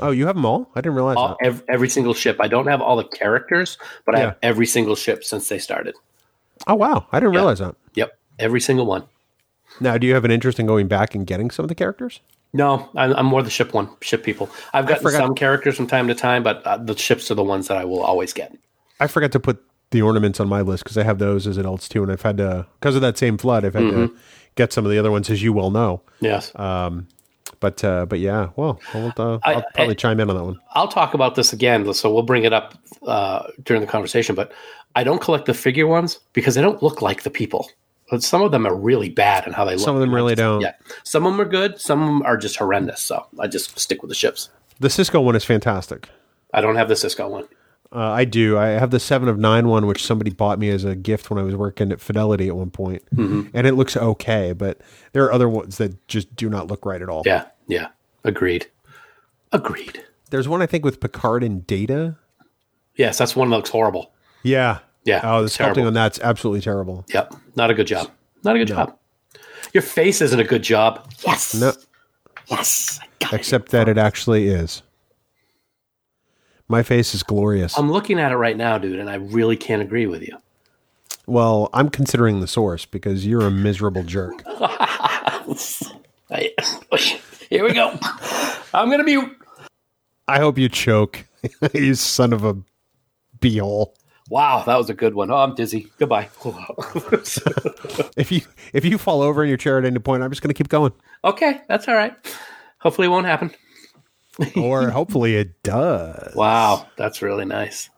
F: Oh, you have them all? I didn't realize
D: All,
F: that.
D: every, every single ship. I don't have all the characters, but I
F: Yeah.
D: have every single ship since they started.
F: Oh, wow. I didn't realize that.
D: Yep. Every single one.
F: Now, do you have an interest in going back and getting some of the characters?
D: No, I'm, I'm more the ship one, ship people. I've gotten
F: forgot-
D: some characters from time to time, but uh, the ships are the ones that I will always get.
F: I forgot to put the ornaments on my list because I have those as adults too, and I've had to because of that same flood. I've had
D: Mm-hmm.
F: to get some of the other ones, as you well know.
D: Yes.
F: Oh, But uh, but yeah, well, I'll, uh,
D: I-
F: I'll probably
D: I-
F: chime in on that one.
D: I'll talk about this again, so we'll bring it up uh, during the conversation. But I don't collect the figure ones because they don't look like the people. But some of them are really bad in how they look.
F: Some of them really don't.
D: yeah. Some of them are good. Some of them are just horrendous. So I just stick with the ships.
F: The Cisco one is fantastic.
D: I don't have the Cisco one.
F: Uh, I do. I have the seven of nine one, which somebody bought me as a gift when I was working at Fidelity at one point,
D: Mm-hmm.
F: and it looks okay. But there are other ones that just do not look right at all.
D: Yeah. Yeah. Agreed. Agreed.
F: There's one I think with Picard and Data.
D: Yes, that's one that looks horrible.
F: Yeah.
D: Yeah,
F: Oh, the
D: it's terrible.
F: sculpting on that's absolutely terrible.
D: Yep. Not a good job. Not a good job. Your face isn't a good job. Yes.
F: No,
D: Yes. I got it.
F: except that it actually is. My face is glorious.
D: I'm looking at it right now, dude, and I really can't agree with you.
F: well, I'm considering the source because you're a miserable jerk.
D: I- (laughs) Here we go. I'm gonna mute.
F: (laughs) I hope you choke, you son of a beehole.
D: Wow, that was a good one. Oh, I'm dizzy. Goodbye. (laughs)
F: If you if you fall over in your chair at any point, I'm just going to keep going.
D: okay, that's all right. Hopefully, it won't happen.
F: Or hopefully it does.
D: Wow, that's really nice.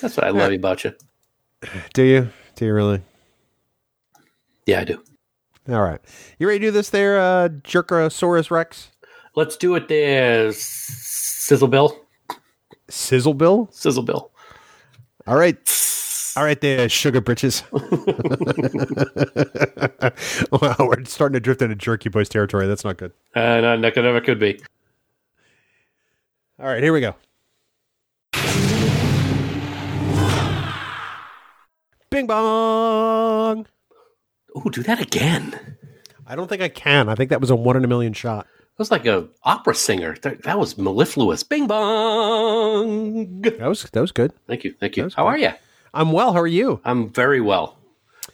D: That's what I love about you.
F: Do you? Do you really?
D: Yeah, I do.
F: All right. You ready to do this there, uh, Jerkosaurus Rex?
D: Let's do it there, Sizzle Bill.
F: Sizzle Bill?
D: Sizzle Bill.
F: All right. All right there, sugar (laughs) britches. wow, we're starting to drift into jerky boys territory. That's not good.
D: Uh, no, not gonna- never could be.
F: All right, here we go. Bing bong.
D: Ooh, do that again. That
F: I don't think I can. I think that was a one in a million shot.
D: was like a opera singer. That, that was mellifluous. Bing bong.
F: That was that was good.
D: Thank you. Thank you.
F: was
D: How
F: good.
D: are you?
F: I'm well. How are you?
D: I'm very well.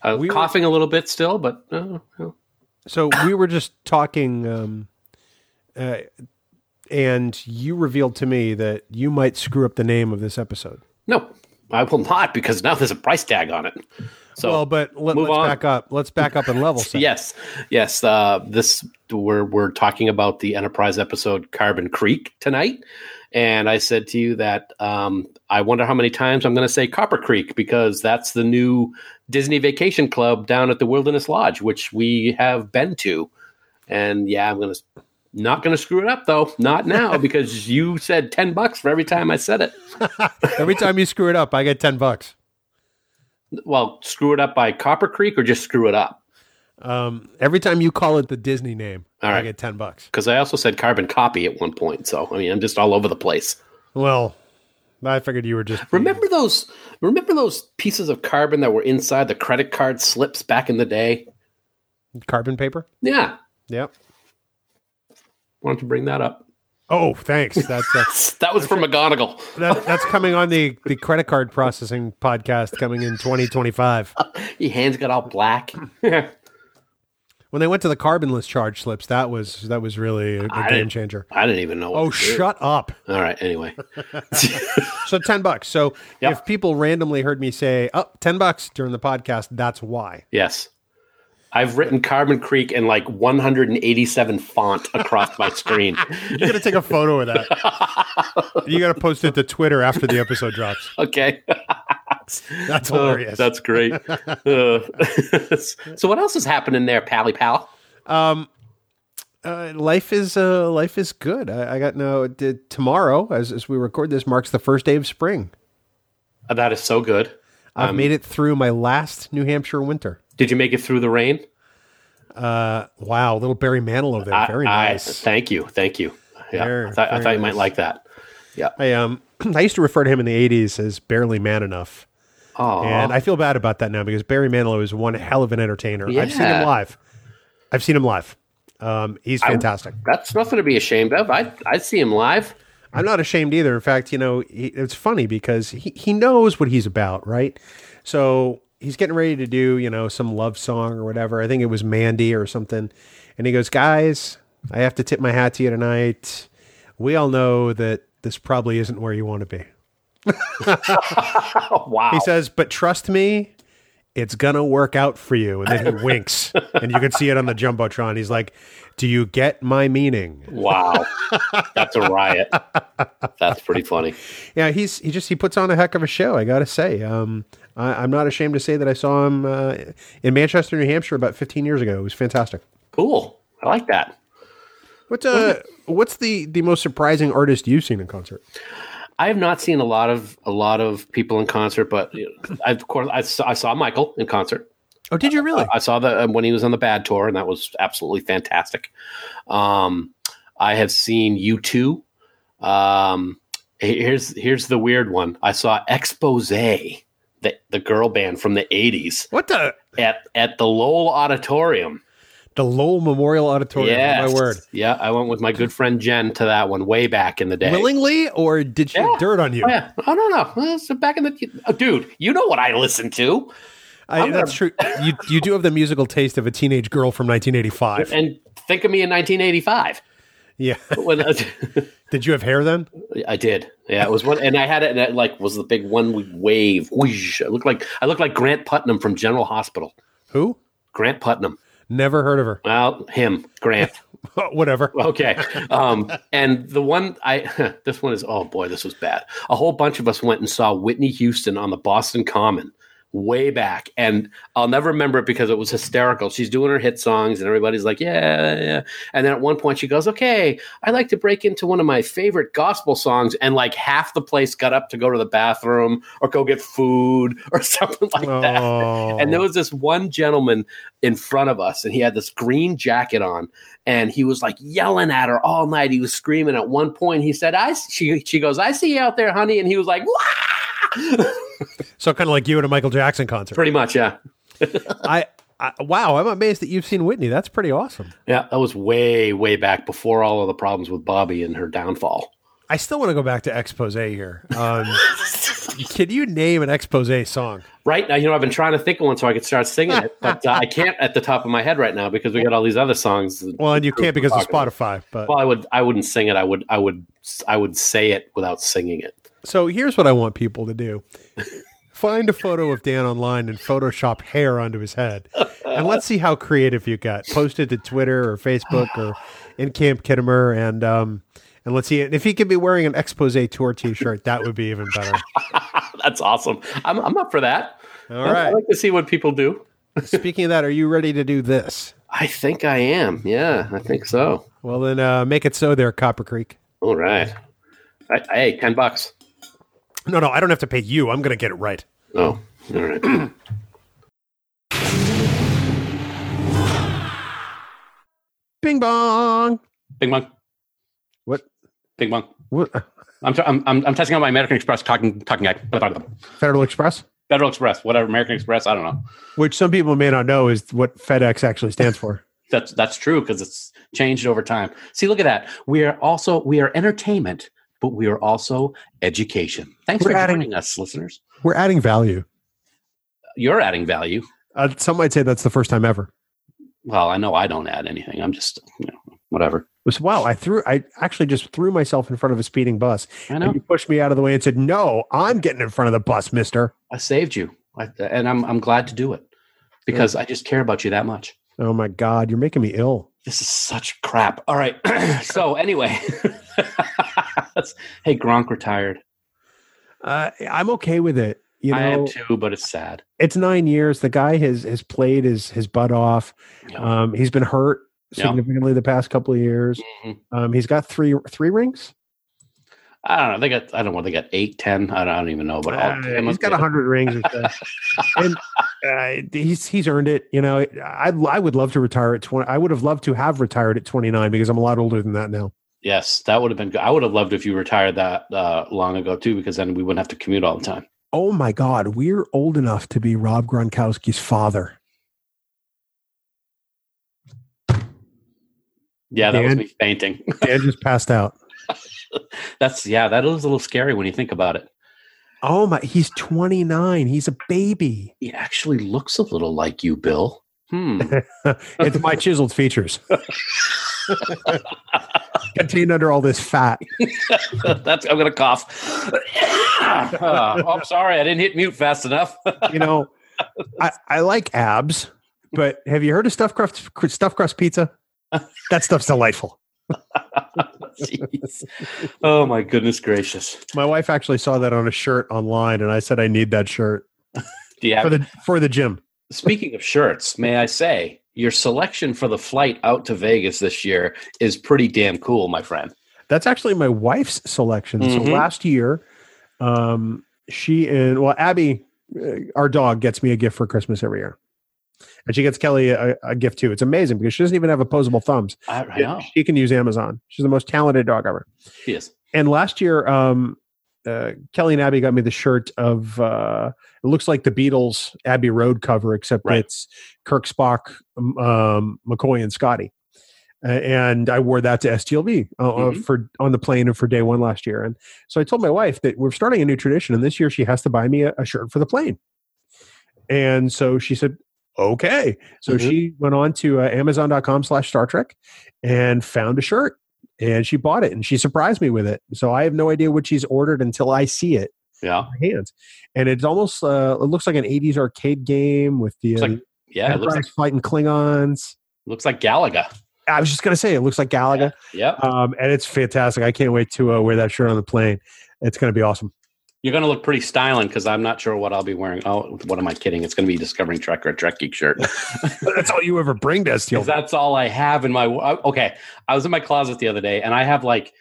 D: Uh,
F: We were-
D: coughing a little bit still, but uh, uh,
F: So we were just talking, um, uh, and you revealed to me that you might screw up the name of this episode.
D: no, I will not because now there's a price tag on it. So
F: well, but let,
D: move
F: let's
D: on.
F: back up. Let's back up
D: (laughs)
F: and level set.
D: yes, yes. Uh, this we're we're talking about the Enterprise episode Carbon Creek tonight, and I said to you that um, I wonder how many times I'm going to say Copper Creek because that's the new Disney Vacation Club down at the Wilderness Lodge, which we have been to, and yeah, I'm going to. Not going to screw it up though, not now, because you said 10 bucks for every time I said it.
F: Every time you screw it up, I get ten bucks.
D: Well, screw it up by Copper Creek or just screw it up?
F: Um, every time you call it the Disney name,
D: All
F: I
D: right.
F: get ten bucks.
D: Because I also said carbon copy at one point. So, I mean, I'm just all over the place.
F: Well, I figured you were just
D: Remember those? Remember those pieces of carbon that were inside the credit card slips back in the day?
F: carbon paper.
D: Yeah,
F: Yep.
D: wanted to bring that up. (sniffs)
F: Oh, thanks. That's (laughs) that's
D: That was for McGonagall.
F: that, that's coming on the the credit card processing podcast coming in 2025.
D: Your hands got all
F: (laughs)
D: black. I
F: When they went to the carbonless charge slips, that was that was really a, a
D: I
F: game
D: didn't-
F: changer.
D: didn't even know. What
F: Oh,
D: to do.
F: shut up.
D: All right. Anyway,
F: So 10 bucks. So
D: Yep.
F: if people randomly heard me say, "Oh, 10 bucks" during the podcast, that's why.
D: yes, I've written Carbon Creek in like 187 font across my
F: (laughs)
D: screen.
F: You're going to take a photo of that.
D: (laughs)
F: you got to post it to Twitter after the episode drops.
D: okay. (laughs)
F: That's
D: Oh,
F: hilarious.
D: that's great.
F: (laughs)
D: Uh, (laughs) so, what else is happening there, Pally Pal?
F: um uh, life is uh, life is good. I, I got no. d tomorrow, as, as we record this, marks the first day of spring.
D: Uh, That is so good.
F: I've
D: Um,
F: made it through my last New Hampshire winter.
D: Did you make it through the rain?
F: Wow, little Barry Manilow there.
D: I-
F: Very
D: I-
F: nice. I,
D: thank you. Thank you. Yeah,
F: Very,
D: I thought, I
F: very
D: thought you might
F: nice.
D: like that.
F: um (clears throat) I used to refer to him in the '80s as barely man enough,
D: Oh,
F: and I feel bad about that now because Barry Manilow is one hell of an entertainer. I've seen him
D: Yeah.
F: live. I've seen him live. Um, he's fantastic.
D: that's nothing to be ashamed of. I I see him live.
F: I'm not ashamed either. In fact, you know, he, it's funny because he, he knows what he's about, right? So he's getting ready to do, you know, some love song or whatever. I think it was Mandy or something. And he goes, Guys, I have to tip my hat to you tonight. We all know that this probably isn't where you want to be.
D: Oh, wow.
F: He says, But trust me, it's going to work out for you. And then he winks. And you can see it on the Jumbotron. He's like, Do you get my meaning? (laughs)
D: wow. That's a riot. That's pretty funny.
F: Yeah, he's he just he puts on a heck of a show. I gotta say, um, I, I'm not ashamed to say that I saw him uh, in Manchester, New Hampshire, about 15 years ago. It was fantastic.
D: Cool. I like that.
F: What's uh, what's the the most surprising artist you've seen in concert?
D: I have not seen a lot of a lot of people in concert, but you know, I, of course I saw, I saw Michael in concert.
F: Oh, did you really?
D: I saw the um, when he was on the Bad tour, and that was absolutely fantastic. Um, I have seen U two. Um, he- here's here's the weird one. I saw Expose, the the girl band from the '80s,
F: What the
D: at at the Lowell Auditorium.
F: the Lowell Memorial Auditorium?
D: Yeah,
F: Oh, my word.
D: Yeah, I went with my good friend Jen to that one way back in the day.
F: Willingly or did she
D: Yeah.
F: dirt on you?
D: Oh, yeah. I don't know. Well, so back in the oh, dude, you know what I listened to.
F: I,
D: I'm
F: that's true. You you
D: (laughs)
F: do have the musical taste of a teenage girl from 1985.
D: and think of me in 1985.
F: Yeah.
D: When uh, (laughs) I,
F: Did you have hair then?
D: I did, yeah, it was one, and I had it. That like was the big one we wave. Whoosh. I looked like I looked like Grant Putnam from General Hospital.
F: Who?
D: Grant Putnam.
F: Never heard of her. (laughs)
D: Well, him, Grant.
F: Whatever.
D: (laughs) Okay. Um, and the one I, (laughs) this one is, oh boy, this was bad. A whole bunch of us went and saw Whitney Houston on the Boston Common way back. And I'll never remember it because it was hysterical. She's doing her hit songs and everybody's like, yeah, yeah. And then at one point she goes, okay, I like to break into one of my favorite gospel songs. And like half the place got up to go to the bathroom or go get food or (laughs) something like that.
F: Oh.
D: And there was this one gentleman in front of us, and he had this green jacket on, and he was like yelling at her all night. He was screaming. At one point, he said, "I." She she goes, "I see you out there, honey," and he was like, "Wah!"
F: so kind of like you at a Michael Jackson concert.
D: Pretty much, yeah,
F: I, I wow, I'm amazed that you've seen Whitney. That's pretty awesome.
D: yeah. That was way way back before all of the problems with Bobby and her downfall.
F: I still want to go back to expose here.
D: (laughs)
F: Um, can you name an expose song?
D: Right now, you know, I've been trying to think of one so I could start singing it, but uh, I can't at the top of my head right now because we got all these other songs.
F: Well, and you can't because of Spotify. But
D: Well, I would, I wouldn't sing it. I would, I would, I would say it without singing it. (laughs)
F: so here's what I want people to do: find a photo of Dan online and Photoshop hair onto his head, and let's see how creative you got. Post it to Twitter or Facebook or in Camp Kittimer, and um, and let's see. And if he could be wearing an expose tour T-shirt, that would be even better.
D: That's awesome. I'm, I'm up for that.
F: All
D: I- I
F: right.
D: like to see what people do.
F: Speaking of that, are you ready to do this?
D: I think I am. Yeah, I think so.
F: Well, then uh, make it so there, Copper Creek.
D: All right. I, hey, 10 bucks.
F: No, no, I don't have to pay you. I'm going to get it right.
D: Oh, all right.
F: Bing bong.
D: (clears throat) Bing bong.
F: What?
D: Bing bong.
F: what? uh,
D: I'm, try- I'm, I'm, I'm testing out my American Express talking, talking act. Blah, blah, blah.
F: Federal Express,
D: Federal Express, whatever. American Express. I don't know.
F: which some people may not know is what FedEx actually stands for.
D: That's, that's true because it's changed over time. See, look at that. We are also, we are entertainment, but we are also education. Thanks
F: We're
D: for
F: adding-
D: joining us, listeners.
F: (laughs) We're adding value.
D: You're adding value.
F: Uh, some might say that's the first time ever.
D: Well, I know I don't add anything. I'm just, you know, whatever.
F: It was, wow, I threw. I actually just threw myself in front of a speeding bus,
D: I know.
F: and you pushed me out of the way and said, "No, I'm getting in front of the bus, Mister."
D: I saved you, I, and I'm I'm glad to do it because I just care about you that much.
F: Oh my God, you're making me ill.
D: This is such crap. All right. (clears throat) so anyway, (laughs) hey Gronk retired.
F: Uh, I'm okay with it. You know,
D: I am too, but it's sad.
F: it's nine years. The guy has has played his his butt off.
D: Yeah.
F: Um, he's been hurt
D: Yeah.
F: significantly the past couple of years.
D: Mhm.
F: Um, he's got three three rings.
D: I don't know. They got I don't know. They got eight, ten. I don't, I don't even know. But all,
F: Uh, he's got hundred rings, or so. and uh, he's he's earned it. You know, I I would love to retire at twenty. I would have loved to have retired at twenty nine because I'm a lot older than that now.
D: Yes, that would have been good. I would have loved if you retired that uh, long ago too, because then we wouldn't have to commute all the time.
F: Oh my God, we're old enough to be Rob Gronkowski's father.
D: Yeah, that was
F: Dan?
D: me fainting. (laughs)
F: Dan just (laughs) passed out.
D: That's yeah, that is a little scary when you think about it.
F: Oh my, he's twenty nine. He's a baby.
D: He actually looks a little like you, Bill. Hmm.
F: It's my chiseled features. Contained under all this fat.
D: (laughs) That's I'm gonna (laughs) cough. Oh, I'm sorry, I didn't hit mute fast enough. (laughs)
F: you know, I, I like abs, but have you heard of stuffed crust stuffed crust pizza? That stuff's delightful.
D: Jeez. Oh my goodness gracious!
F: My wife actually saw that on a shirt online, and I said I need that shirt
D: Do you have,
F: for the for the gym.
D: speaking of shirts, may I say your selection for the flight out to Vegas this year is pretty damn cool, my friend.
F: That's actually my wife's selection.
D: Mhm.
F: So last year, um, she and well, Abby, uh, our dog, gets me a gift for Christmas every year, and she gets Kelly a, a gift too. It's amazing because she doesn't even have opposable thumbs.
D: I, I know
F: She can use Amazon. She's the most talented dog ever.
D: she is.
F: and last year um uh, Kelly and Abby got me the shirt of uh, it looks like the Beatles Abbey Road cover, except
D: Right.
F: it's Kirk Spock, um, um, McCoy, and Scotty. Uh, and I wore that to STLV uh, uh,
D: Mhm.
F: for on the plane and for day one last year. And so I told my wife that we're starting a new tradition, and this year she has to buy me a, a shirt for the plane. And so she said, "Okay." So
D: Mhm.
F: she went on to uh, Amazon.com/slash Star Trek and found a shirt and she bought it and she surprised me with it. So I have no idea what she's ordered until I see it
D: Yeah.
F: in my hands. And it's almost uh, it looks like an 80s arcade game with the
D: It's
F: uh,
D: like yeah, it looks
F: Enterprise
D: like
F: fighting Klingons.
D: looks like Galaga.
F: I was just gonna say it looks like Galaga,
D: Yep.
F: um, and it's fantastic. I can't wait to uh, wear that shirt on the plane. It's gonna be awesome. (laughs)
D: You're gonna look pretty styling because I'm not sure what I'll be wearing. Oh, what am I kidding? It's gonna be Discovering Trek or a Trek Geek shirt.
F: That's all you ever bring to
D: Because
F: STL.
D: that's all I have in my. I- Okay, I was in my closet the other day, and I have like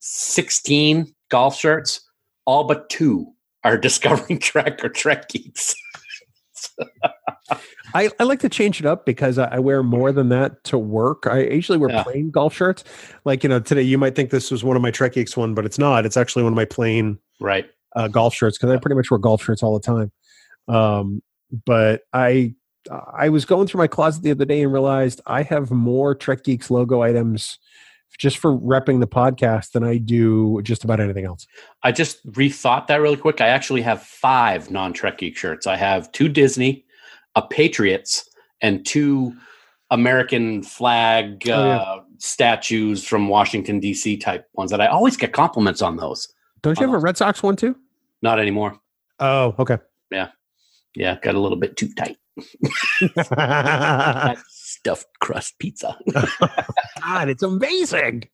D: sixteen golf shirts. All but two are (laughs) discovering Trek or Trek geeks.
F: I, I like to change it up because I, I wear more than that to work. I usually wear
D: Yeah.
F: plain golf shirts. Like you know, today you might think this was one of my Trek Geeks one, but it's not. It's actually one of my plain
D: Right.
F: uh, golf shirts because I pretty much wear golf shirts all the time. Um, but I I was going through my closet the other day and realized I have more Trek Geeks logo items just for repping the podcast than I do just about anything else.
D: I just rethought that really quick. I actually have five non Trek geek shirts. I have two Disney, a Patriots, and two American flag
F: Oh, yeah.
D: uh, statues from Washington D.C. type ones that I always get compliments on those.
F: Don't you have a Red Sox one too?
D: Not anymore.
F: Oh, okay. (laughs)
D: Yeah, got a little bit too tight.
F: God,
D: That stuffed crust
F: (laughs)
D: pizza.
F: it's amazing.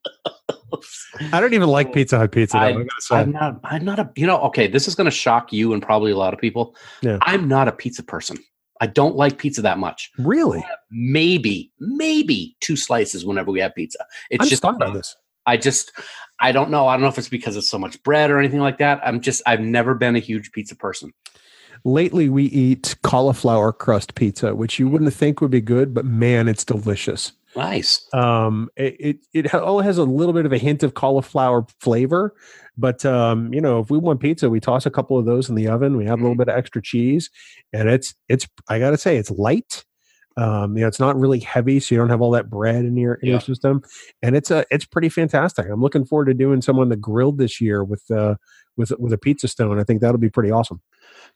F: I don't even like Pizza Hut pizza. though,
D: I-
F: I, gotta say.
D: (laughs) I'm not. I'm not a. You know. Okay, this is going to shock you and probably a lot of people.
F: Yeah.
D: I'm not a pizza person. I don't like pizza that much.
F: really?
D: Maybe, maybe two slices whenever we have pizza. It's
F: I'm
D: just.
F: just thought about this.
D: I just. I don't know. I don't know if it's because it's so much bread or anything like that. I'm just. I've never been a huge pizza person.
F: Lately, we eat cauliflower crust pizza, which you wouldn't think would be good, but man, it's delicious.
D: Nice.
F: um it it, it ha- all has a little bit of a hint of cauliflower flavor but um you know if we want pizza we toss a couple of those in the oven we have a little bit of extra cheese and it's it's i gotta say it's light um you know it's not really heavy so you don't have all that bread in your in your
D: Yeah.
F: system and it's a it's pretty fantastic i'm looking forward to doing someone the grilled this year with uh with with a pizza stone i think that'll be pretty awesome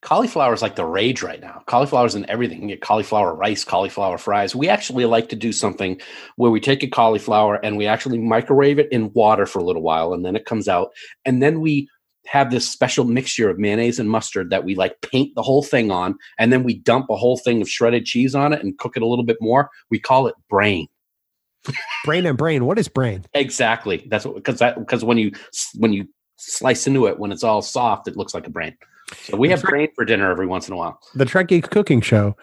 D: Cauliflower is like the rage right now. Cauliflower's in everything. You can get cauliflower rice, cauliflower fries. We actually like to do something where we take a cauliflower and we actually microwave it in water for a little while and then it comes out. And then we have this special mixture of mayonnaise and mustard that we like paint the whole thing on. And then we dump a whole thing of shredded cheese on it and cook it a little bit more. We call it brain.
F: brain and brain what is brain
D: Exactly. That's what, because that, because when you, when you, slice into it when it's all soft it looks like a brain so we have brain for dinner every once in a while
F: the Trek Geek Cooking Show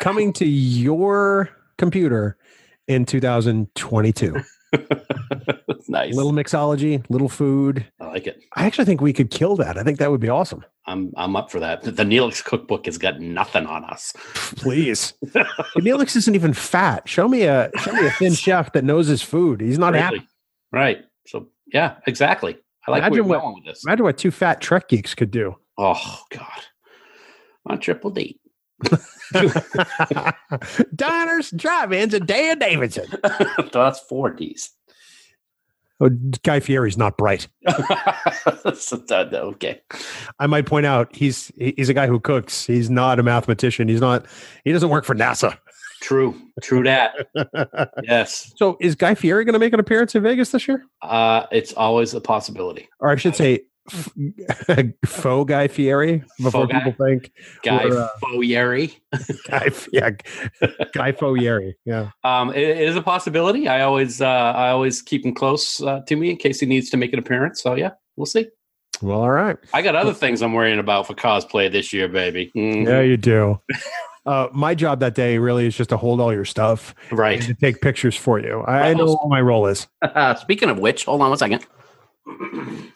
F: coming to your computer in 2022.
D: That's nice.
F: Little mixology, little food.
D: I like it.
F: I actually think we could kill that. I think that would be awesome.
D: I'm I'm up for that. The Neelix cookbook has got nothing on us.
F: Please. Neelix isn't even fat. Show me a show me a thin chef that knows his food. He's not happy.
D: Really. Right. So yeah, exactly. I like where
F: Imagine what-
D: you're going with this.
F: Imagine what two fat Trek geeks could do. (laughs)
D: Oh God. On triple D. (laughs)
F: Diners, drive-ins, and Dan Davidson.
D: That's four D's.
F: Oh, Guy Fieri's not bright.
D: So that- (laughs) okay.
F: I might point out he's he's a guy who cooks. He's not a mathematician. He's not. He doesn't work for NASA.
D: True. True that.
F: (laughs)
D: yes.
F: So is Guy Fieri going to make an appearance in Vegas this year?
D: Uh it's always a possibility.
F: Or I should say, f- (laughs) faux Guy Fieri before
D: Faux guy.
F: people think
D: Guy
F: Or, uh,
D: Foyeri.
F: Guy, F-
D: (laughs)
F: yeah, Guy Fieri. Yeah,
D: Um, it- it is a possibility. I always uh I always keep him close uh, to me in case he needs to make an appearance. So yeah, we'll see.
F: well, all right.
D: I got other things I'm worrying about for cosplay this year, baby. Mhm.
F: Yeah,
D: (laughs)
F: you do. Uh, my job that day really is just to hold all your stuff and
D: Right.
F: to take pictures for you. I, I know what my role is.
D: (laughs) speaking of which, hold on one second.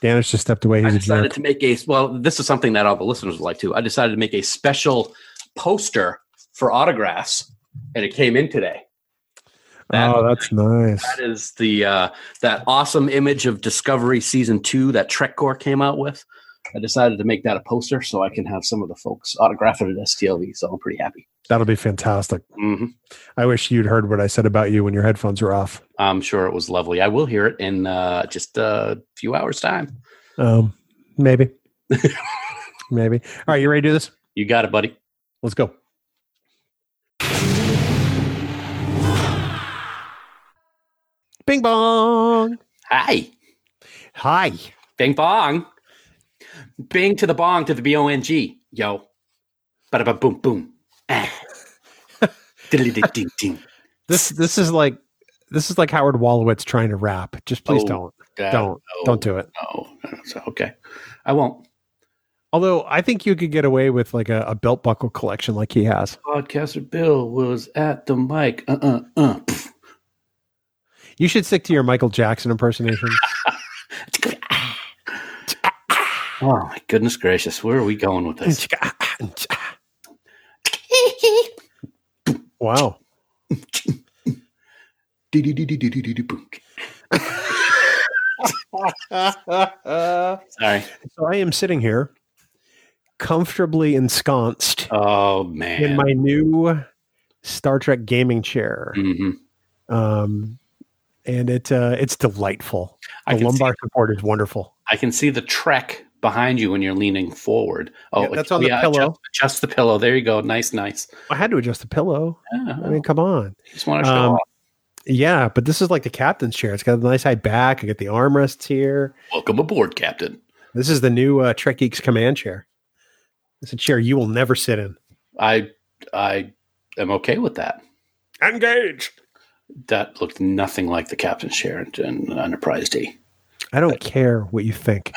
F: Danish just stepped away.
D: I
F: He's a
D: decided
F: jerk.
D: to make a well. This is something that all the listeners would like to. I decided to make a special poster for autographs, and it came in today. That-
F: oh, that's nice.
D: That is the uh, that awesome image of Discovery season two that Trek Corps came out with. I decided to make that a poster so I can have some of the folks autograph it at STLV. So I'm pretty happy.
F: That'll be fantastic.
D: hmm
F: I wish you'd heard what I said about you when your headphones were off.
D: I'm sure it was lovely. I will hear it in uh, just a few hours' time.
F: Um,
D: (laughs)
F: maybe, maybe. All right, you ready to do this?
D: You got it, buddy.
F: Let's go. Bing bong.
E: Hi.
F: Hi.
E: Bing bong. Bing to the bong to the B O N G. Yo. Bada ba boom boom.
F: (laughs)
E: Ah. Diddly ding ding ding.
F: This this is like this is like Howard Wallowitz trying to rap. Just please
E: Oh,
F: don't.
E: God,
F: Don't.
E: no,
F: Don't do it.
E: No. Oh, So, okay. I won't.
F: Although I think you could get away with like a, a belt buckle collection like he has.
E: Podcaster Bill was at the mic. Uh uh uh.
F: You should stick to your Michael Jackson impersonation.
E: Oh my goodness gracious. Where are we going
F: (laughs)
E: with this?
F: wow.
E: Sorry.
F: So I am sitting here comfortably ensconced
E: Oh man.
F: in my new Star Trek gaming chair.
E: Mhm.
F: Um and it uh, it's delightful.
E: I
F: The
E: can see-
F: lumbar support is wonderful.
E: I can see the trek behind you when you're leaning forward. Oh,
F: Yeah, that's on the pillow.
E: Adjust, adjust the pillow. There you go. Nice, nice.
F: I had to adjust the pillow.
E: Yeah,
F: I mean, come on.
E: just want to show
F: um,
E: off.
F: Yeah, but this is like the captain's chair. It's got a nice high back. I got the armrests here.
E: Welcome aboard, Captain.
F: This is the new uh, Trek Geeks command chair. It's a chair you will never sit in.
E: I I am okay with that.
F: Engage.
E: That looked nothing like the captain's chair in, in Enterprise D.
F: I don't care what you think.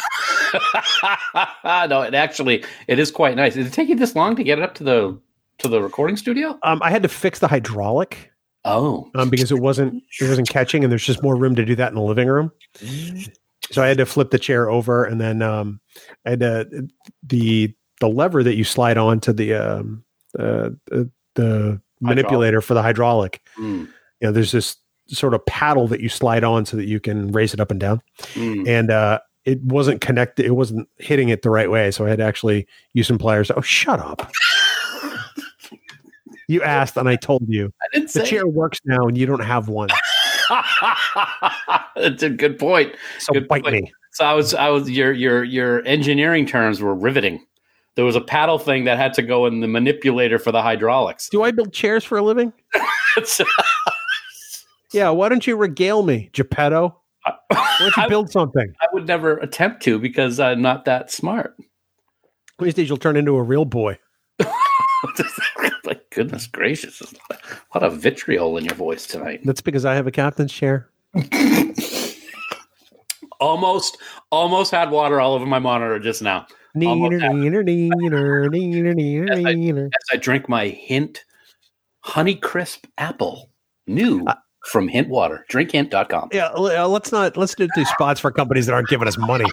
E: no, it actually it is quite nice. Did it take you this long to get it up to the to the recording studio?
F: Um, I had to fix the hydraulic
E: Oh,
F: um, because it wasn't it wasn't catching, and there's just more room to do that in the living room. So I had to flip the chair over, and then um, I had to, the the lever that you slide on to the um, uh, uh, the manipulator for the hydraulic.
E: Hmm.
F: you know, there's this sort of paddle that you slide on so that you can raise it up and down.
E: Hmm.
F: And uh, it wasn't connected, it wasn't hitting it the right way. So I had to actually use some pliers. Oh, shut up. you asked, and I told you.
E: I didn't
F: The
E: say.
F: chair works now, and you don't have one.
E: (laughs) That's a good point.
F: So
E: Good
F: bite
E: point.
F: me.
E: So I was, I was. Your your your engineering terms were riveting. There was a paddle thing that had to go in the manipulator for the hydraulics. (laughs)
F: Do I build chairs for a living?
E: So
F: Yeah, why don't you regale me, Geppetto? Why don't you
E: I, (laughs)
F: build something?
E: I would never attempt to because I'm not that smart. (laughs)
F: These days you'll turn into a real boy.
E: like goodness gracious, there's a lot of vitriol in your voice tonight.
F: That's because I have a captain's chair.
E: Almost, almost had water all over my monitor just now.
F: Neener,
E: Almost happened.
F: neener, neener, neener, neener,
E: (laughs) Yes, I-
F: neener.
E: As I drink my Hint Honey Crisp Apple, new from Hint Water. Drinkhint.com.
F: Yeah, l- uh, let's not let's do do spots for companies that aren't giving us money.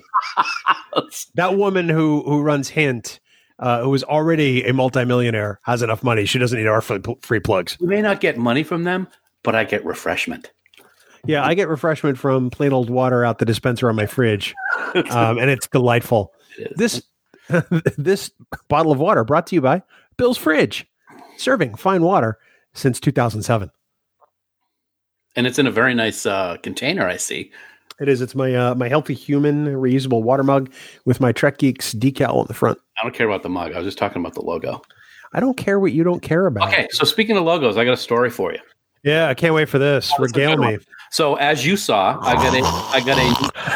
F: That woman who who runs Hint, uh, who is already a multimillionaire, has enough money. She doesn't need our free, pl- free plugs.
E: We may not get money from them, but I get refreshment.
F: Yeah, I get refreshment from plain old water out the dispenser on my fridge, um, and it's delightful. This (laughs) this bottle of water brought to you by Bill's Fridge, serving fine water since 2007.
E: and it's in a very nice uh, container. I see.
F: It is. It's my uh, my healthy human reusable water mug with my Trek Geeks decal on the front.
E: I don't care about the mug. I was just talking about the logo.
F: I don't care what you don't care about.
E: Okay, so speaking of logos, I got a story for you.
F: Yeah, I can't wait for this.
E: that's a
F: Regale
E: good
F: me.
E: So as you saw, I got a, I got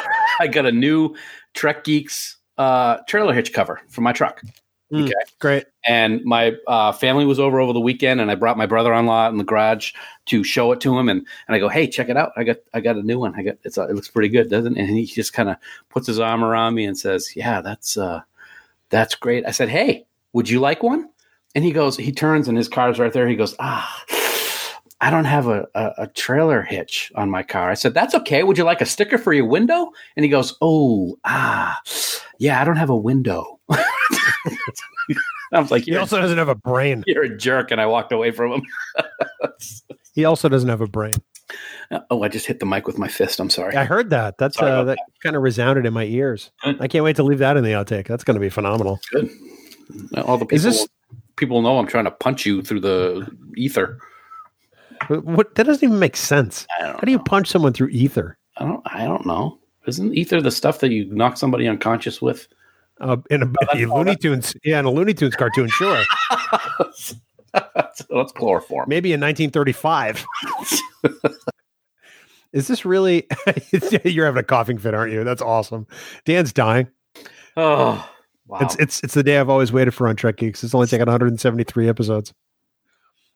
E: a, (laughs) I got a new Trek Geeks uh, trailer hitch cover for my truck.
F: Great.
E: and my uh, family was over over the weekend, and I brought my brother-in-law in the garage to show it to him, and, and I go, "Hey, check it out! I got I got a new one. I got it's uh, it looks pretty good, doesn't?" it? And he just kind of puts his arm around me and says, "Yeah, that's uh, that's great." I said, "Hey, would you like one?" And he goes, he turns, and his car's right there. He goes, "Ah." I don't have a, a, a trailer hitch on my car. I said, That's okay. Would you like a sticker for your window? And he goes, Oh, ah, yeah, I don't have a window. (laughs) I was like,
F: He
E: "You're
F: also doesn't have a brain.
E: you're a jerk and i walked away from him
F: He also doesn't have a brain.
E: oh i just hit the mic with my fist i'm sorry
F: I heard that. That's
E: Sorry
F: uh,
E: about
F: that kind of resounded in my ears.
E: Good.
F: I can't wait to leave that in the outtake. That's going to be phenomenal.
E: all the people
F: Is this-
E: people know i'm trying to punch you through the ether
F: Wh- What that doesn't even make sense.
E: i don't
F: How do you punch someone through ether
E: i don't i don't know isn't ether the stuff that you knock somebody unconscious with (laughs)
F: uh, in a,
E: Oh,
F: in a Looney Tunes? Yeah, in a Looney Tunes cartoon,
E: (laughs)
F: sure. (sighs)
E: (laughs) that's, that's chloroform
F: Maybe in 1935. Is this really? (laughs) You're having a coughing fit, aren't you? That's awesome. Dan's dying.
E: Oh, wow.
F: It's it's it's the day I've always waited for on Trek Geeks. It's only taken 173 episodes.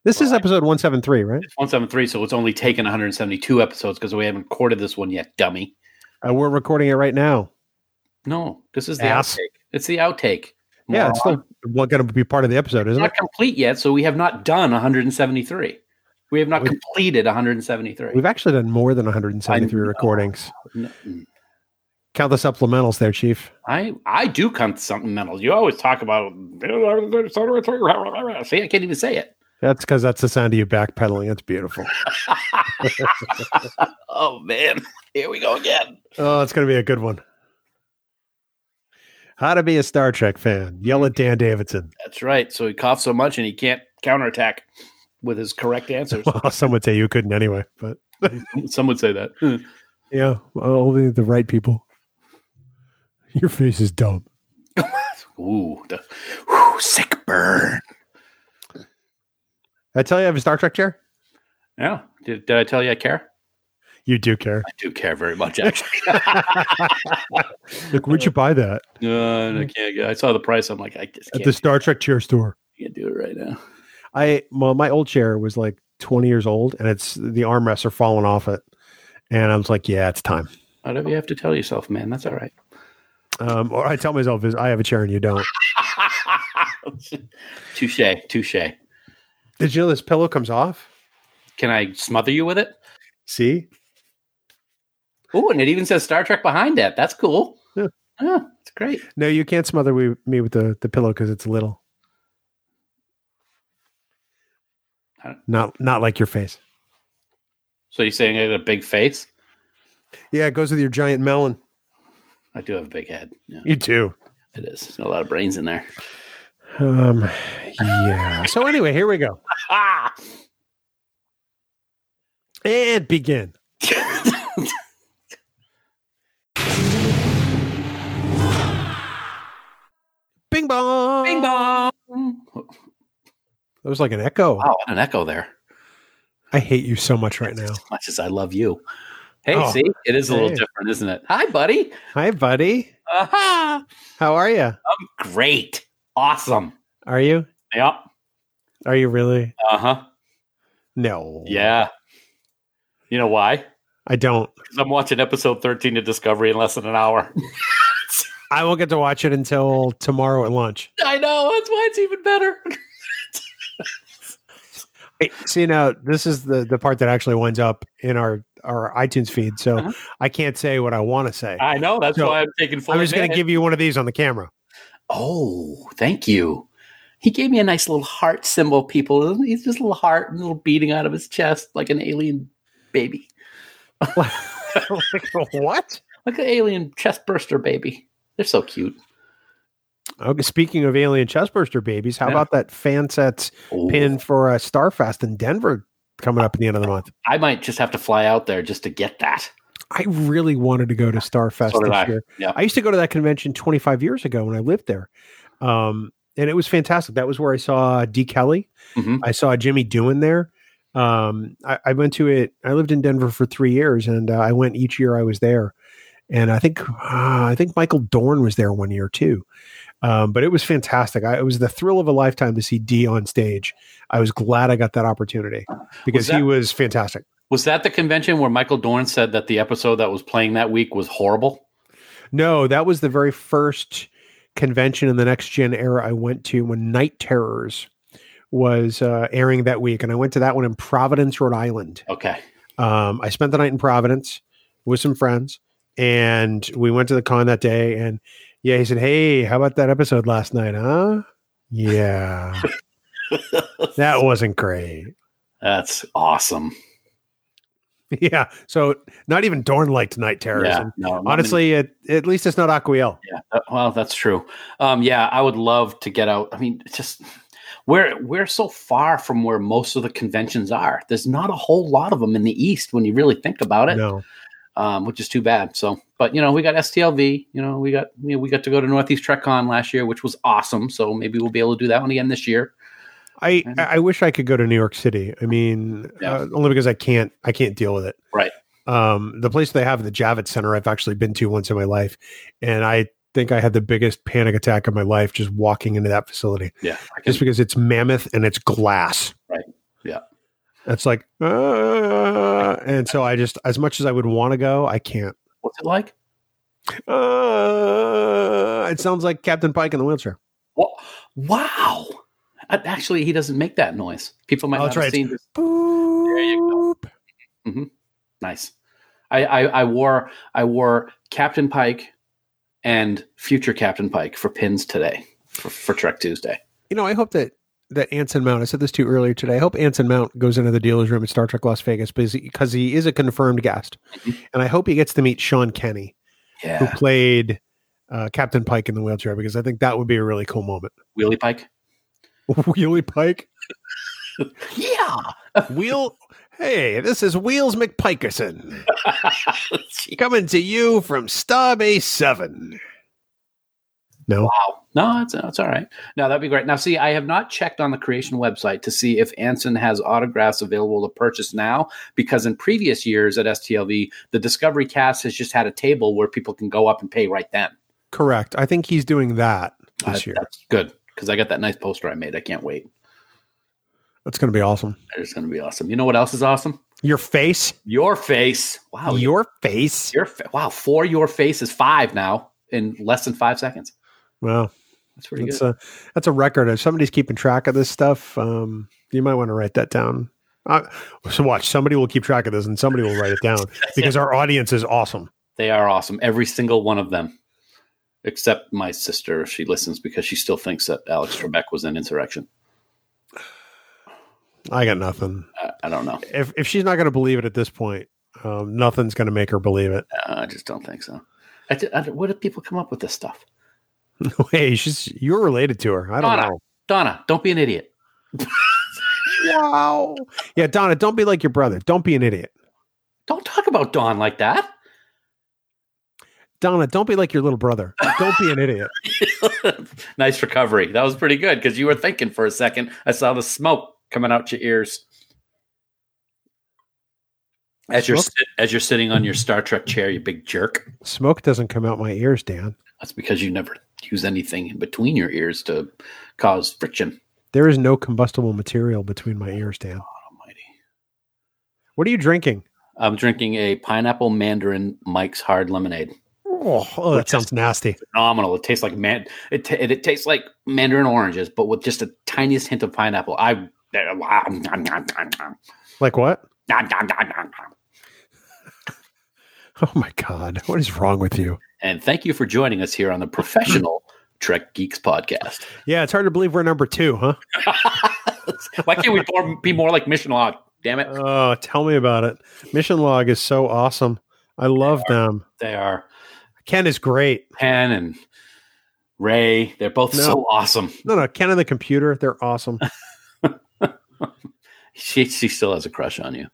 F: This is episode 173, right?
E: 173, so it's only taken 172 episodes because we haven't recorded this one yet, dummy.
F: Uh, we're recording it right now.
E: No, this is the
F: Ass.
E: outtake. It's the outtake.
F: Yeah, it's
E: moron.
F: still going to be part of the episode,
E: It's
F: isn't it?
E: not complete yet, so we have not done 173. We have not
F: We-
E: completed 173.
F: We've actually done more than 173
E: I know.
F: recordings. Count the supplementals there, Chief.
E: I I do count something mental. You always talk about. See, I can't even say it.
F: That's because that's the sound of you backpedaling. It's beautiful.
E: Oh man, here we go again.
F: Oh, it's going to be a good one. How to be a Star Trek fan. Yell at Dan Davidson. (laughs)
E: That's right. So he coughs so much and he can't counterattack with his correct (laughs) answers.
F: Well, some would Oh, say you couldn't anyway, but
E: Some would say that. (laughs)
F: yeah, well, Uh, only the right people. Your face is dumb.
E: Ooh, the, whew, sick burn.
F: I tell you, I have a Star Trek chair.
E: Yeah. Did, did I tell you I care?
F: You do care.
E: I do care very much, actually.
F: Look, where'd you buy that?
E: (laughs)
F: (laughs)
E: No, and I can't. get- I saw the price. I'm like, I just
F: At
E: can't,
F: the Star Trek chair store.
E: can't do it right now.
F: I well, my old chair was like 20 years old, and it's the armrests are falling off it, and I was like, yeah, it's time.
E: Whatever you have to tell yourself, man. That's all right.
F: Um, or I tell myself is I have a chair and you don't.
E: (laughs) touche, touche.
F: Did you know this pillow comes off?
E: Can I smother you with it?
F: See,
E: Oh, and it even says Star Trek behind it. That's cool.
F: Yeah.
E: Oh, it's great.
F: no, you can't smother we, me with the the pillow because it's little.
E: I don't-
F: Not not like your face.
E: So you're saying I got a big face?
F: Yeah, it goes with your giant melon.
E: I do have a big head. Yeah,
F: You too.
E: it is. There's a lot of brains in there.
F: Um, yeah. So anyway, here we go
E: Ah!
F: and begin. Bing bong.
E: Bing bong.
F: That was like an echo.
E: Wow, what Oh, an echo there.
F: I hate you so much right now.
E: As much as I love you. Hey,
F: Oh.
E: see, it is a little
F: Hey.
E: different, isn't it? Hi, buddy.
F: Hi, buddy.
E: Aha!
F: How are you?
E: Great. Awesome.
F: Are you?
E: Yep.
F: Are you really?
E: Uh huh.
F: No.
E: Yeah. You know why?
F: I don't.
E: Because I'm watching episode 13 of Discovery in less than an hour.
F: I won't get to watch it until tomorrow at lunch.
E: (laughs) I know. That's why it's even better.
F: Hey, see now, this is the the part that actually winds up in our our iTunes feed, so
E: Uh-huh.
F: I can't say what I want to say.
E: I know. That's
F: So,
E: why I'm taking full
F: I'm just going to
E: advantage.
F: give you one of these on the
E: (laughs)
F: camera.
E: Oh, thank you. He gave me a nice little heart symbol, people. He's just a little heart, a little beating out of his chest like an alien baby.
F: Like, what?
E: Like an alien chest burster baby. They're so cute.
F: Okay, speaking of alien chestburster babies, how
E: Yeah.
F: about that fan sets
E: Ooh.
F: pin for uh, Starfest in Denver coming up at the end of the month?
E: I might just have to fly out there just to get that.
F: I really wanted to go to Starfest
E: So did
F: this
E: I.
F: year.
E: Yeah.
F: I used to go to that convention 25 years ago when I lived there. Um, and it was fantastic. That was where I saw D. Kelly.
E: Mhm.
F: I saw Jimmy Doohan there. Um, I, I went to it. I lived in Denver for three years, and uh, I went each year I was there. And I think uh, I think Michael Dorn was there one year too. Um, but it was fantastic. I, it was the thrill of a lifetime to see D on stage. I was glad I got that opportunity because he
E: that-
F: was fantastic.
E: Was that the convention where Michael Dorn said that the episode that was playing that week was horrible?
F: No, that was the very first convention in the next gen era I went to when Night Terrors was uh, airing that week, and I went to that one in Providence, Rhode Island.
E: Okay.
F: Um, I spent the night in Providence with some friends, and we went to the con that day. And yeah, he said, "Hey, how about that episode last night? Huh? Yeah, that wasn't great."
E: That's awesome.
F: Yeah, so not even Dorn liked Night Terrors.
E: Yeah,
F: And
E: no, not
F: honestly, it, at least it's not Aquiel.
E: many- yeah, that- well, that's true. Um, yeah, I would love to get out. I mean, it's just we're we're so far from where most of the conventions are. There's not a whole lot of them in the East when you really think about it,
F: No,
E: um, which is too bad. So, but you know, we got STLV. You know, we got we, we got to go to Northeast TrekCon last year, which was awesome. So maybe we'll be able to do that one again this year.
F: I
E: And-
F: I wish I could go to New York City. I mean,
E: Yeah.
F: uh, only because I can't I can't deal with it.
E: Right.
F: Um, the place they have the Javits Center, I've actually been to once in my life, and I think I had the biggest panic attack of my life just walking into that facility,
E: Yeah, I can-
F: just because it's mammoth and it's glass.
E: Right. Yeah.
F: It's like, uh, and so I just, as much as I would want to go, I can't.
E: what's it like?
F: Uh, it sounds like Captain Pike in the wheelchair.
E: Wha- Wow. Uh, Actually, he doesn't make that noise. People might
F: Oh,
E: not
F: that's
E: have
F: right.
E: seen this.
F: Boop.
E: you Nice. I, I, I wore I wore Captain Pike and future Captain Pike for pins today for, for Trek Tuesday.
F: You know, I hope that that Anson Mount. I said this to you earlier today. I hope Anson Mount goes into the dealer's room at Star Trek Las Vegas because because he is a confirmed guest, and I hope he gets to meet Sean Kenny, who
E: Yeah,
F: played uh, Captain Pike in the wheelchair, because I think that would be a really cool moment. (laughs)
E: Wheelie Pike.
F: Wheelie Pike,
E: Yeah.
F: Wheel. Hey, this is Wheels McPikerson
E: Gee.
F: coming to you from Starbase Seven. No,
E: No, it's, it's all right. No, that'd be great. Now, see, I have not checked on the creation website to see if Anson has autographs available to purchase now, because in previous years at STLV, the Discovery cast has just had a table where people can go up and pay right then.
F: correct. I think he's doing that
E: Uh,
F: this year.
E: That's good because I got that nice poster I made. I can't wait.
F: That's going to be awesome.
E: That is going to be awesome. You know what else is awesome?
F: Your face,
E: Your face. Wow. Your,
F: your face.
E: fa- wow. Four your face is five now in less than five seconds.
F: Wow.
E: That's pretty
F: That's
E: good.
F: a that's a record. If somebody's keeping track of this stuff, um, you might want to write that down. Uh, so watch, somebody will keep track of this, and somebody will write it
E: (laughs)
F: down because our audience is awesome.
E: They are awesome. Every single one of them, except my sister. She listens because she still thinks that Alex Trebek was in Insurrection.
F: I got nothing.
E: I, I don't know.
F: If if she's not going to believe it at this point, um, nothing's going to make her believe it.
E: Uh, I just don't think so. I ju- I, where do people come up with this stuff?
F: (laughs) hey, she's you're related to her. I don't
E: Donna.
F: know.
E: Donna, don't be an idiot.
F: Wow. Yeah, Donna, don't be like your brother. Don't be an idiot.
E: Don't talk about Dawn like that.
F: Donna, don't be like your little brother. Don't be an idiot.
E: nice recovery. That was pretty good because you were thinking for a second. I saw the smoke coming out your ears as you're
F: Smoke?
E: sit- as you're sitting on your Star Trek chair. You big jerk.
F: Smoke doesn't come out my ears, Dan.
E: That's because you never use anything in between your ears to cause friction.
F: There is no combustible material between my ears, Dan.
E: Almighty.
F: What are you drinking?
E: I'm drinking a pineapple mandarin Mike's hard lemonade.
F: Oh, oh, that sounds nasty.
E: Phenomenal. It tastes like man. It, ta- it, it tastes like mandarin oranges, but with just the tiniest hint of pineapple. I.
F: Like what? Oh my god, what is wrong with you?
E: And thank you for joining us here on the Professional Trek Geeks podcast.
F: Yeah, it's hard to believe we're number two, huh?
E: Why can't we (laughs) more, be more like Mission Log? Damn it.
F: Oh, tell me about it. Mission log is so awesome. I love them.
E: They are
F: Ken is great.
E: Penn and Ray. They're both
F: No.
E: so awesome.
F: No, no, Ken and the computer, they're awesome.
E: She, she still has a crush on you.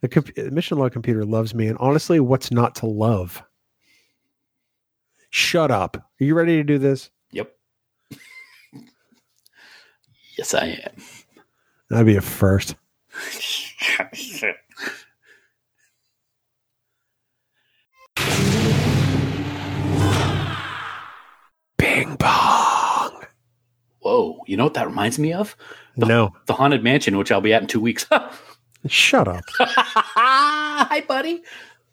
F: The comp- Mission log computer loves me, and honestly, what's not to love? Shut up. Are you ready to do this?
E: Yep. yes, I am.
F: That'd be a first. Bing bong.
E: Whoa. You know what that reminds me of?
F: No,
E: The Haunted Mansion, which I'll be at in two weeks. (laughs)
F: shut up.
E: Hi, buddy.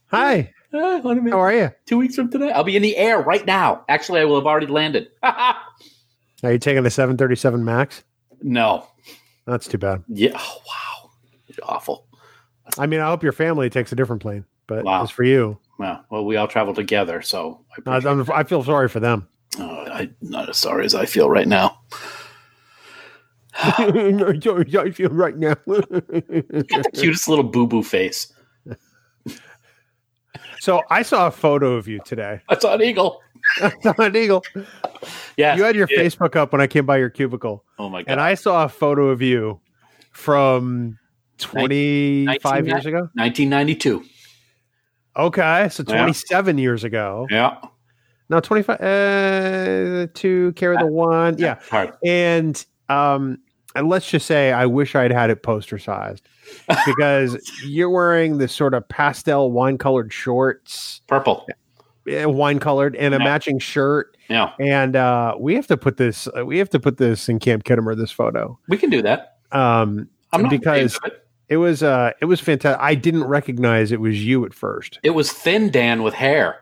F: Hi,
E: Uh, Haunted
F: how
E: Mansion,
F: are you?
E: two weeks from today. I'll be in the air right now. Actually, I will have already landed. (laughs)
F: Are you taking the 737 Max?
E: no.
F: That's too bad.
E: Yeah. Oh, wow. It's awful.
F: I mean, I hope your family takes a different plane, but
E: Wow.
F: it's for you.
E: Well, well, we all travel together, so I
F: I,
E: appreciate-
F: I'm, I feel sorry for
E: (laughs)
F: them. (laughs)
E: Oh, I'm not as sorry as I feel right now. (laughs)
F: I feel right now. (laughs)
E: Got the cutest little boo boo face.
F: so I saw a photo of you today. (laughs)
E: That's on Eagle.
F: Don Eagle,
E: Yeah.
F: you had your
E: Yeah.
F: Facebook up when I came by your cubicle,
E: Oh my god.
F: and I saw a photo of you from 25 years ago.
E: 1992.
F: Okay, so
E: Yeah.
F: 27 years ago.
E: Yeah.
F: No,
E: Ah,
F: 25, uh, two, carry the one. Yeah.
E: Hard.
F: and um let's just say I wish I'd had it poster sized
E: (laughs)
F: because you're wearing this sort of pastel wine colored shorts,
E: Purple.
F: wine colored, and a
E: Yeah.
F: matching shirt.
E: Yeah.
F: And uh, we have to put this. uh, we have to put this in Camp Kittimer. This photo,
E: We can do that.
F: um,
E: I'm not
F: because
E: ashamed of it.
F: it was uh, it was fantastic. I didn't recognize it was you at first.
E: it was thin Dan with hair.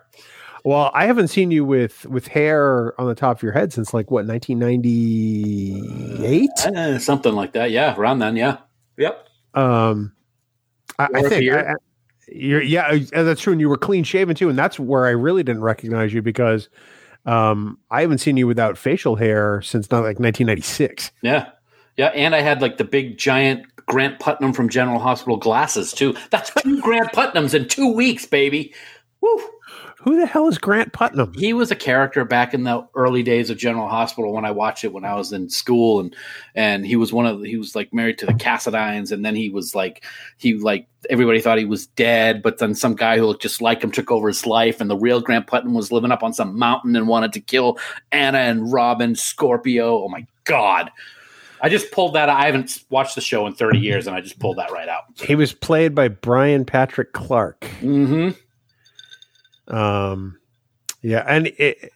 F: Well, I haven't seen you with with hair on the top of your head since like what 1998.
E: Uh, something like that. Yeah, around then. Yeah. Yep.
F: Um, I, I
E: Or if
F: think
E: you're-
F: I- I- you're, yeah, uh, that's true. And you were clean shaven too, and that's where I really didn't recognize you because um, I haven't seen you without facial hair since not like 1996.
E: Yeah. Yeah. And I had like the big giant Grant Putnam from General Hospital glasses too. That's two Grant Putnams in two weeks, baby. Woo.
F: Who the hell is Grant Putnam?
E: he was a character back in the early days of General Hospital when I watched it when I was in school and and he was one of the- he was like married to the Cassidines and then he was like he like everybody thought he was dead but then some guy who looked just like him took over his life and the real Grant Putnam was living up on some mountain and wanted to kill Anna and Robin Scorpio oh my god I just pulled that I haven't watched the show in 30 years and I just pulled that right out
F: He was played by Brian Patrick Clark.
E: mhm
F: Um, yeah, and it,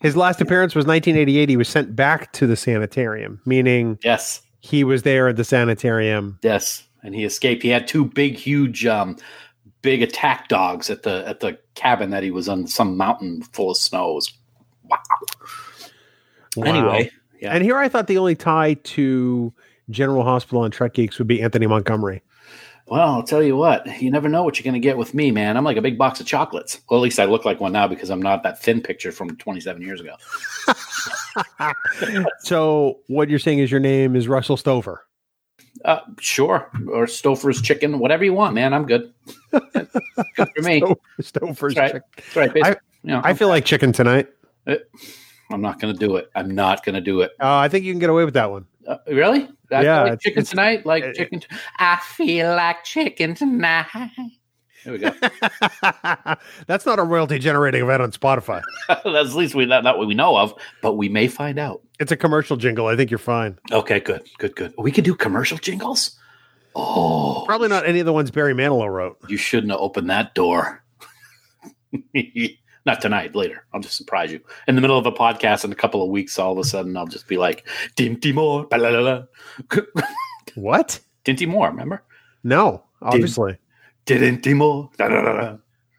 F: his last appearance was 1988. He was sent back to the sanitarium, meaning
E: yes
F: he was there at the sanitarium.
E: Yes, and he escaped. He had two big, huge, um, big attack dogs at the at the cabin that he was on some mountain full of snows. Wow. Anyway, yeah.
F: And here I thought the only tie to General Hospital and Trek Geeks would be Anthony Montgomery.
E: well, I'll tell you what. You never know what you're going to get with me, man. I'm like a big box of chocolates. Well, at least I look like one now because I'm not that thin picture from 27 years ago.
F: So what you're saying is your name is Russell Stover. (laughs)
E: Uh, sure, or Stouffer's chicken, whatever you want, man. I'm good. (laughs) good for me.
F: Oh, Stover's
E: That's right.
F: chick-
E: That's right. Basically, you know,
F: I feel like chicken tonight.
E: I'm not going to do it. I'm not going to do it.
F: Uh, I think you can get away with that one. (laughs)
E: Uh, really?
F: Yeah,
E: I feel like
F: it's-
E: chicken
F: it's-
E: tonight. Like
F: it-
E: chicken. t- I feel like chicken tonight. There we go. (laughs)
F: That's not a royalty generating event on Spotify.
E: That's at least we not, not what we know of, but we may find out.
F: It's a commercial jingle. I think you're fine.
E: Okay, good, good, good. We could do commercial jingles. Oh,
F: Probably not any of the ones Barry Manilow wrote.
E: you shouldn't have opened that door. (laughs) not tonight. Later, I'll just surprise you in the middle of a podcast. In a couple of weeks, all of a sudden, I'll just be like, "Dinty Moore, ba la la la." (laughs)
F: What?
E: Dinty Moore." Remember?
F: No, obviously.
E: Dinty Moore. Da, da, da,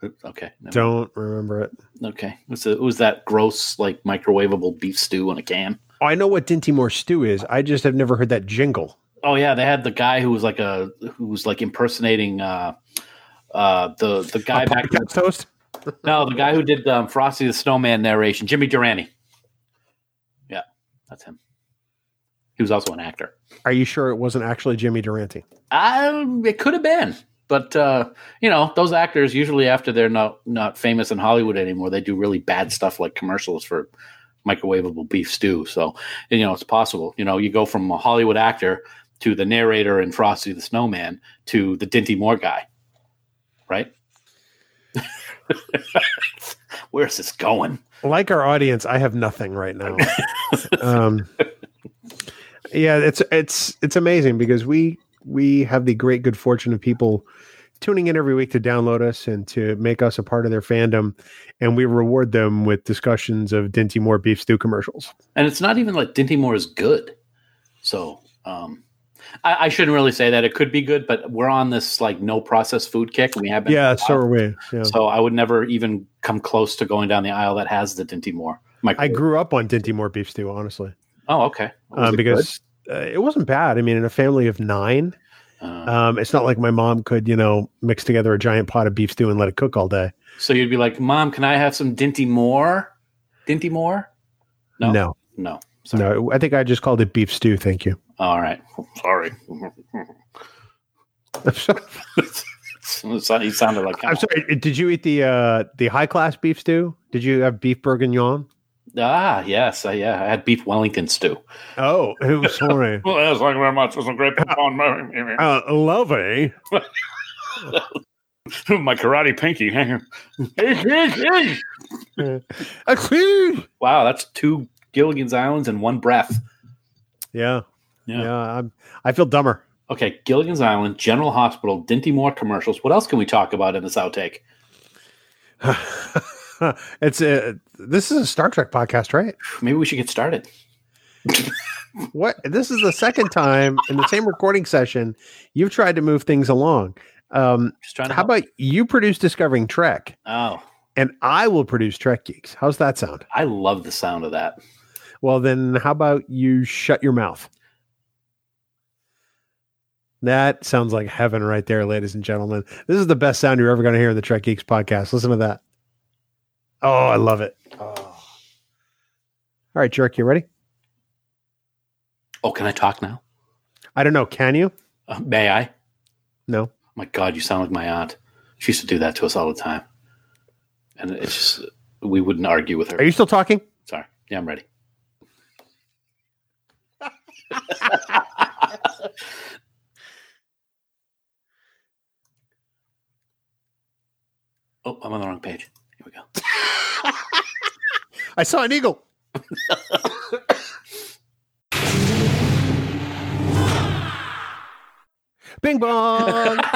E: da. Okay. never
F: Don't remember it.
E: Okay. It was, it was that gross, like microwavable beef stew in a can.
F: Oh, I know what Dinty Moore stew is. I just have never heard that jingle.
E: Oh yeah, they had the guy who was like a who was like impersonating uh uh the the guy back
F: Podcast host?
E: no the guy who did um, Frosty the Snowman narration, Jimmy Durante. Yeah, that's him. He was also an actor.
F: Are you sure it wasn't actually Jimmy Durante?
E: I it could have been, but uh, you know those actors usually after they're not not famous in Hollywood anymore, they do really bad stuff like commercials for microwavable beef stew. So and, you know it's possible. You know you go from a Hollywood actor to the narrator in Frosty the Snowman to the Dinty Moore guy, right? (laughs) Where's this going?
F: like our audience, I have nothing right (laughs) now. um, yeah, it's it's it's amazing because we we have the great good fortune of people tuning in every week to download us and to make us a part of their fandom, and we reward them with discussions of Dinty Moore beef stew commercials.
E: and it's not even like Dinty Moore is good. So um, I, I shouldn't really say that. It could be good, but we're on this like no process food kick. We have been
F: Yeah, so are we. Yeah.
E: So I would never even come close to going down the aisle that has the Dinty Moore.
F: I grew up on Dinty Moore beef stew, honestly,
E: Oh, okay. Was
F: um,
E: it
F: because uh, it wasn't bad. I mean, in a family of nine,
E: good? Uh,
F: um, it's not like my mom could, you know, mix together a giant pot of beef stew and let it cook all day.
E: so you'd be like, "Mom, can I have some Dinty Moore? Dinty Moore? No,
F: no.
E: no. Sorry.
F: No, I think I just called it beef stew. Thank you. (laughs)
E: All right. (laughs) Sorry.
F: I'm sorry.
E: So- he sounded like
F: I'm sorry. Did you eat the uh, the high class beef stew? Did you have beef bourguignon?
E: ah yes, I, yeah. I had beef Wellington stew.
F: Oh, I'm (laughs) sorry.
E: Well, yes, thank you very much. It was a great performance.
F: Uh, lovey. (laughs)
E: my karate pinky.
F: Achoo!
E: wow, that's two Gilligan's Islands in one breath.
F: Yeah. Yeah, I'm, I feel dumber. (laughs)
E: Okay, Gilligan's Island, General Hospital, Dinty Moore commercials. What else can we talk about in this outtake?
F: it's a, this is a Star Trek podcast, right?
E: Maybe we should get started.
F: What this is the second time in the same recording session you've tried to move things along. Um,
E: Just trying to
F: how
E: help.
F: about you produce Discovering Trek,
E: Oh,
F: and I will produce Trek Geeks? How's that sound?
E: I love the sound of that.
F: Well, then, how about you shut your mouth? That sounds like heaven right there, ladies and gentlemen. This is the best sound you're ever going to hear in the Trek Geeks podcast. Listen to that. Oh, I love it. Oh. All right, Jerk, you ready?
E: Oh, can I talk now?
F: I don't know. Can you?
E: Uh, may I?
F: No.
E: my God, you sound like my aunt. She used to do that to us all the time. And it's just, we wouldn't argue with her.
F: Are you still talking?
E: Sorry. Yeah,
F: (laughs)
E: I'm ready. oh, I'm on the wrong page. Here we go.
F: I saw an eagle. Bing bong.
E: (laughs)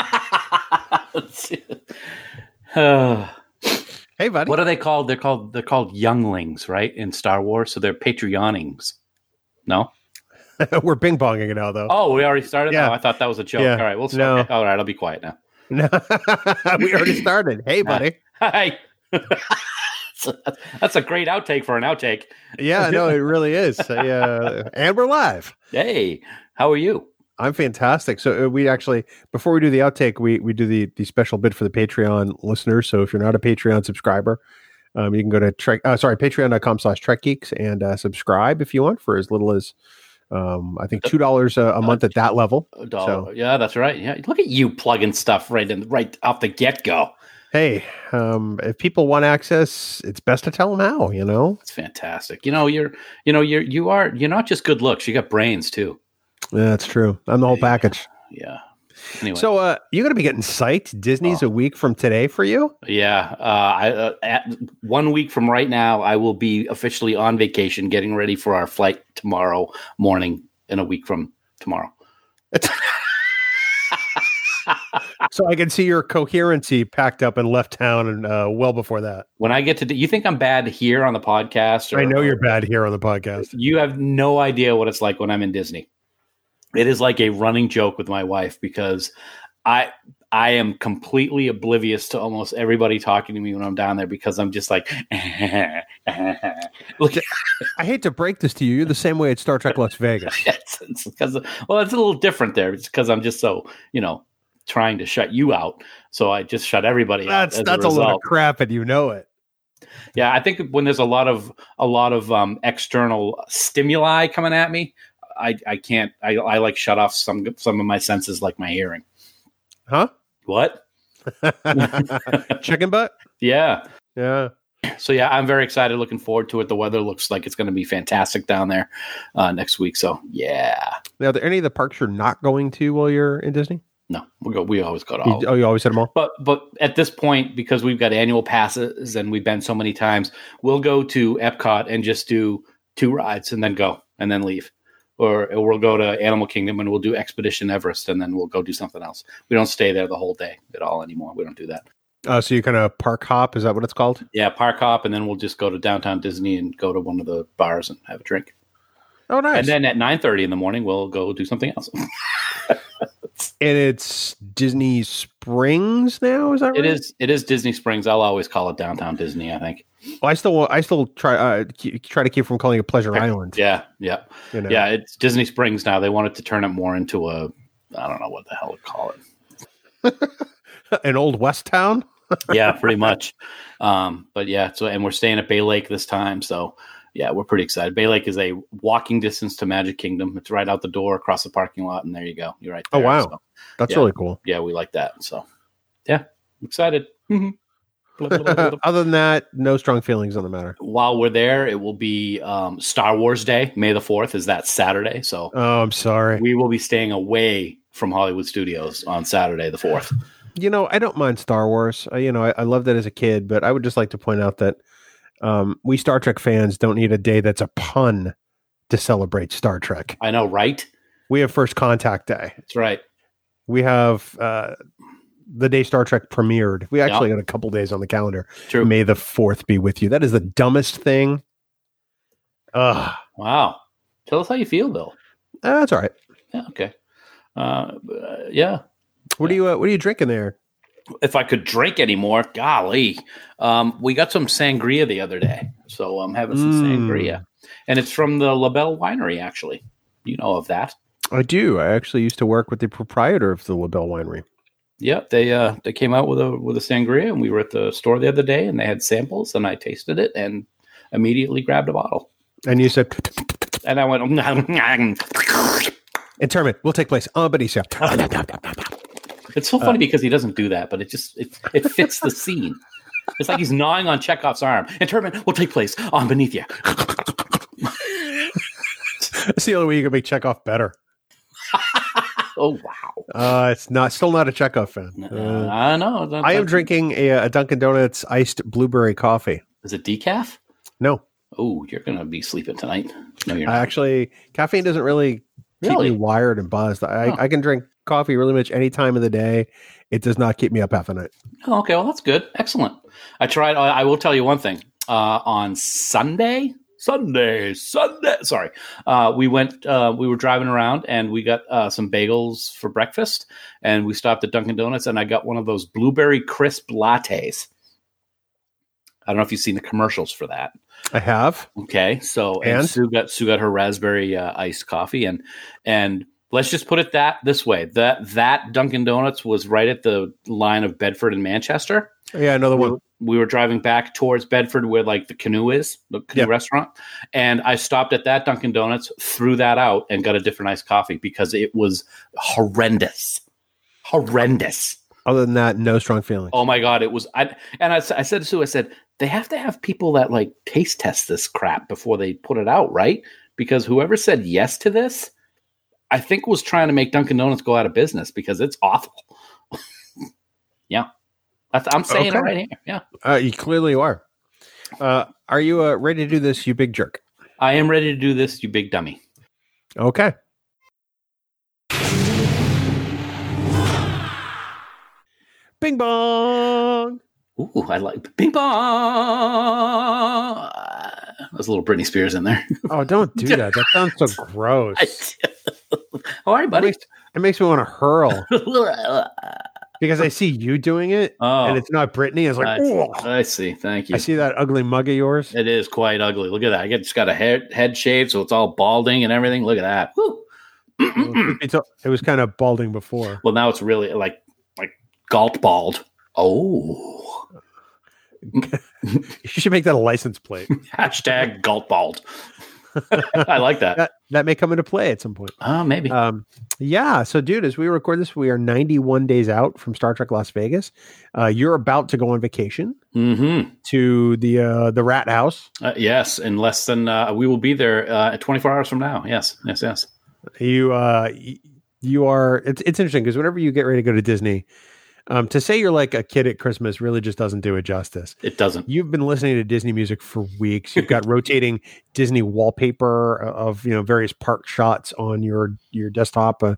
E: Uh,
F: (laughs) hey, buddy.
E: what are they called? They're called they're called younglings, right? In Star Wars, so they're Patreonings. No.
F: We're bing bonging it out, though.
E: Oh, we already started.
F: Yeah.
E: Yeah. I thought that was a joke.
F: Yeah.
E: All right, we'll stop.
F: No.
E: Okay. All right, I'll be quiet now. (laughs)
F: No. (laughs) we already started. Hey, buddy. (laughs)
E: (laughs) Hi. That's a great outtake for an outtake.
F: Yeah, no, it really is. Yeah, and we're live.
E: Hey, how are you?
F: I'm fantastic. So uh, we actually, before we do the outtake, we we do the the special bid for the Patreon listeners. So if you're not a Patreon subscriber, um, you can go to Trek. Uh, sorry, patreon.com slash Trek Geeks and uh, subscribe if you want for as little as um, I think two dollars a a month at that level.
E: A dollar. Yeah, that's right. Yeah, look at you plugging stuff right in, right off the get go.
F: Hey, um, if people want access, it's best to tell them how. You know,
E: It's fantastic. You know, you're, you know, you're, you are, you're not just good looks. You got brains too.
F: yeah, that's true. I'm the whole package.
E: Yeah. Anyway,
F: So uh, you're going to be getting psyched. Disney's a week from today for you.
E: yeah, uh, I, uh, at one week from right now, I will be officially on vacation, getting ready for our flight tomorrow morning. In a week from tomorrow.
F: So I can see your coherency packed up and left town and uh, well before that.
E: When I get to, do, you think I'm bad here on the podcast?
F: I know
E: or-
F: you're bad here on the podcast.
E: You have no idea what it's like when I'm in Disney. It is like a running joke with my wife because I I am completely oblivious to almost everybody talking to me when I'm down there because I'm
F: (laughs)
E: just like (laughs) look
F: I hate to break this to you. You're the same way at Star Trek Las Vegas.
E: it's, (laughs) it's because well it's a little different there it's because I'm just so you know trying to shut you out so I just shut everybody out
F: That's
E: as
F: that's a,
E: result.
F: lot of crap, and you know (laughs) it.
E: Yeah, I think when there's a lot of a lot of um, external stimuli coming at me, I, I can't. I, I like shut off some some of my senses, like my hearing.
F: Huh?
E: What?
F: Chicken butt?
E: Yeah.
F: Yeah.
E: So yeah, I'm very excited. Looking forward to it. The weather looks like it's going to be fantastic down there uh, next week. So yeah.
F: Now, are there any of the parks you're not going to while you're in Disney?
E: No, we go. We always go to
F: You-
E: all.
F: oh, you always hit them all?
E: But but at this point, because we've got annual passes and we've been so many times, we'll go to Epcot and just do two rides and then go and then leave. Or we'll go to Animal Kingdom and we'll do Expedition Everest and then we'll go do something else. We don't stay there the whole day at all anymore. We don't do that.
F: Uh, so you kind of park hop? Is that what it's called?
E: Yeah, park hop and then we'll just go to downtown Disney and go to one of the bars and have a drink.
F: Oh, nice.
E: And then at nine thirty in the morning, we'll go do something else.
F: and it's Disney Springs now. Is that right?
E: it is it is Disney Springs. I'll always call it downtown Disney. I think.
F: Oh, I still I still try uh, keep, try to keep from calling it Pleasure (laughs) Island.
E: Yeah, yeah.
F: you know?
E: Yeah, it's Disney Springs now. They wanted to turn it more into a I don't know what the hell to call it.
F: an old West town.
E: Yeah, pretty
F: (laughs)
E: much. Um, but yeah, so and we're staying at Bay Lake this time, so yeah, we're pretty excited. Bay Lake is a walking distance to Magic Kingdom. It's right out the door, across the parking lot, and there you go. You're right.
F: Oh,
E: There.
F: wow.
E: So,
F: That's
E: Yeah.
F: really cool.
E: yeah, we like that. So yeah, I'm excited. Mm-hmm.
F: Other than that, no strong feelings on the matter.
E: (laughs) While we're there, it will be um, Star Wars Day. May the fourth is that Saturday, so
F: Oh, I'm sorry.
E: we will be staying away from Hollywood Studios on Saturday the fourth.
F: You know, I don't mind Star Wars. Uh, you know, I, I loved it as a kid, but I would just like to point out that um, we Star Trek fans don't need a day that's a pun to celebrate Star Trek.
E: I know, right?
F: We have first contact day.
E: That's right.
F: We have uh, the day Star Trek premiered. We actually got a couple days on the calendar.
E: True.
F: May the fourth be with you. That is the dumbest thing. Ugh. Ah,
E: Wow. Tell us how you feel, though.
F: That's all right.
E: Yeah. Okay. Uh, uh, yeah.
F: What are you uh, What are you drinking there?
E: If I could drink anymore, golly. Um, we got some sangria the other day, so I'm having some
F: Mm.
E: sangria, and it's from the Labelle Winery, actually. You know of that?
F: I do. I actually used to work with the proprietor of the LaBelle Winery.
E: Yep, they uh they came out with a with a sangria, and we were at the store the other day, and they had samples, and I tasted it, and immediately grabbed a bottle,
F: And you said,
E: and I went, (laughs) "Mm,
F: "Interment will take place on (laughs) Benicia."
E: it's so
F: Uh,
E: funny because he doesn't do that, but it just it it
F: (laughs)
E: fits the scene. It's like he's gnawing on Chekhov's arm. Interment will take place on beneath you.
F: That's the only way you can make Chekhov better.
E: Oh wow!
F: Uh, it's not still not a Chekhov fan. Uh,
E: I know. That-
F: I am
E: that-
F: drinking a, a Dunkin' Donuts iced blueberry coffee.
E: Is it decaf?
F: No,
E: Oh, you're gonna be sleeping tonight. No, you're
F: I
E: not.
F: actually caffeine doesn't really keep
E: Really?
F: me wired and buzzed. I,
E: Huh.
F: I can drink coffee really much any time of the day. It does not keep me up half a night.
E: Oh, okay, well that's good. Excellent. I tried. I, I will tell you one thing. Uh, on Sunday, Sunday, Sunday. Sorry, uh, we went. Uh, we were driving around and we got uh, some bagels for breakfast, and we stopped at Dunkin' Donuts, and I got one of those blueberry crisp lattes. I don't know if you've seen the commercials for that.
F: I have.
E: Okay, so and,
F: And?
E: Sue got Sue got her raspberry uh, iced coffee, and and let's just put it that this way that that Dunkin' Donuts was right at the line of Bedford and Manchester
F: Yeah, another
E: we
F: one.
E: were, we were driving back towards Bedford where like the canoe is, the canoe
F: Yeah.
E: restaurant. And I stopped at that Dunkin' Donuts, threw that out, and got a different iced coffee because it was horrendous. Horrendous.
F: Other than that, no strong feeling.
E: Oh my God. It was I and I, s- I said to Sue, I said, they have to have people that like taste test this crap before they put it out, right? Because whoever said yes to this, I think was trying to make Dunkin' Donuts go out of business because it's awful. (laughs) yeah. I th- I'm saying
F: Okay.
E: it right here. Yeah.
F: Uh, you clearly you are. Uh, are you uh, ready to do this, you big jerk?
E: I am ready to do this, you big dummy.
F: Okay. Bing bong.
E: Ooh, I like ping pong. There's a little Britney Spears in there.
F: Oh, don't do that. That sounds so gross.
E: (laughs) All right,
F: It
E: buddy.
F: makes, it makes me want to hurl
E: (laughs) oh,
F: because I see you doing it
E: (laughs)
F: and it's not Brittany. It's like,
E: I, see.
F: "Ugh."
E: I see. Thank you.
F: I see that ugly mug of yours.
E: It is quite ugly. Look at that. I got- just got a head, head shave, so it's all balding and everything. Look at that. Woo.
F: It's a- it was kind of balding before.
E: well, now it's really like like galt bald. Oh,
F: You should make that a license plate.
E: hashtag galt bald. (laughs) I like (laughs) that.
F: that that may come into play at some point.
E: Oh, maybe.
F: Um, yeah. So, dude, as we record this, we are 91 days out from Star Trek Las Vegas. Uh, you're about to go on vacation
E: mm-hmm.
F: to the uh, the Rat House.
E: Uh, yes, in less than uh, we will be there uh, 24 hours from now. Yes, yes, yes.
F: You uh, y- you are. It's it's interesting because whenever you get ready to go to Disney, um, to say you're like a kid at Christmas really just doesn't do it justice.
E: It doesn't.
F: You've been listening to Disney music for weeks. You've got rotating Disney wallpaper of you know various park shots on your your desktop uh,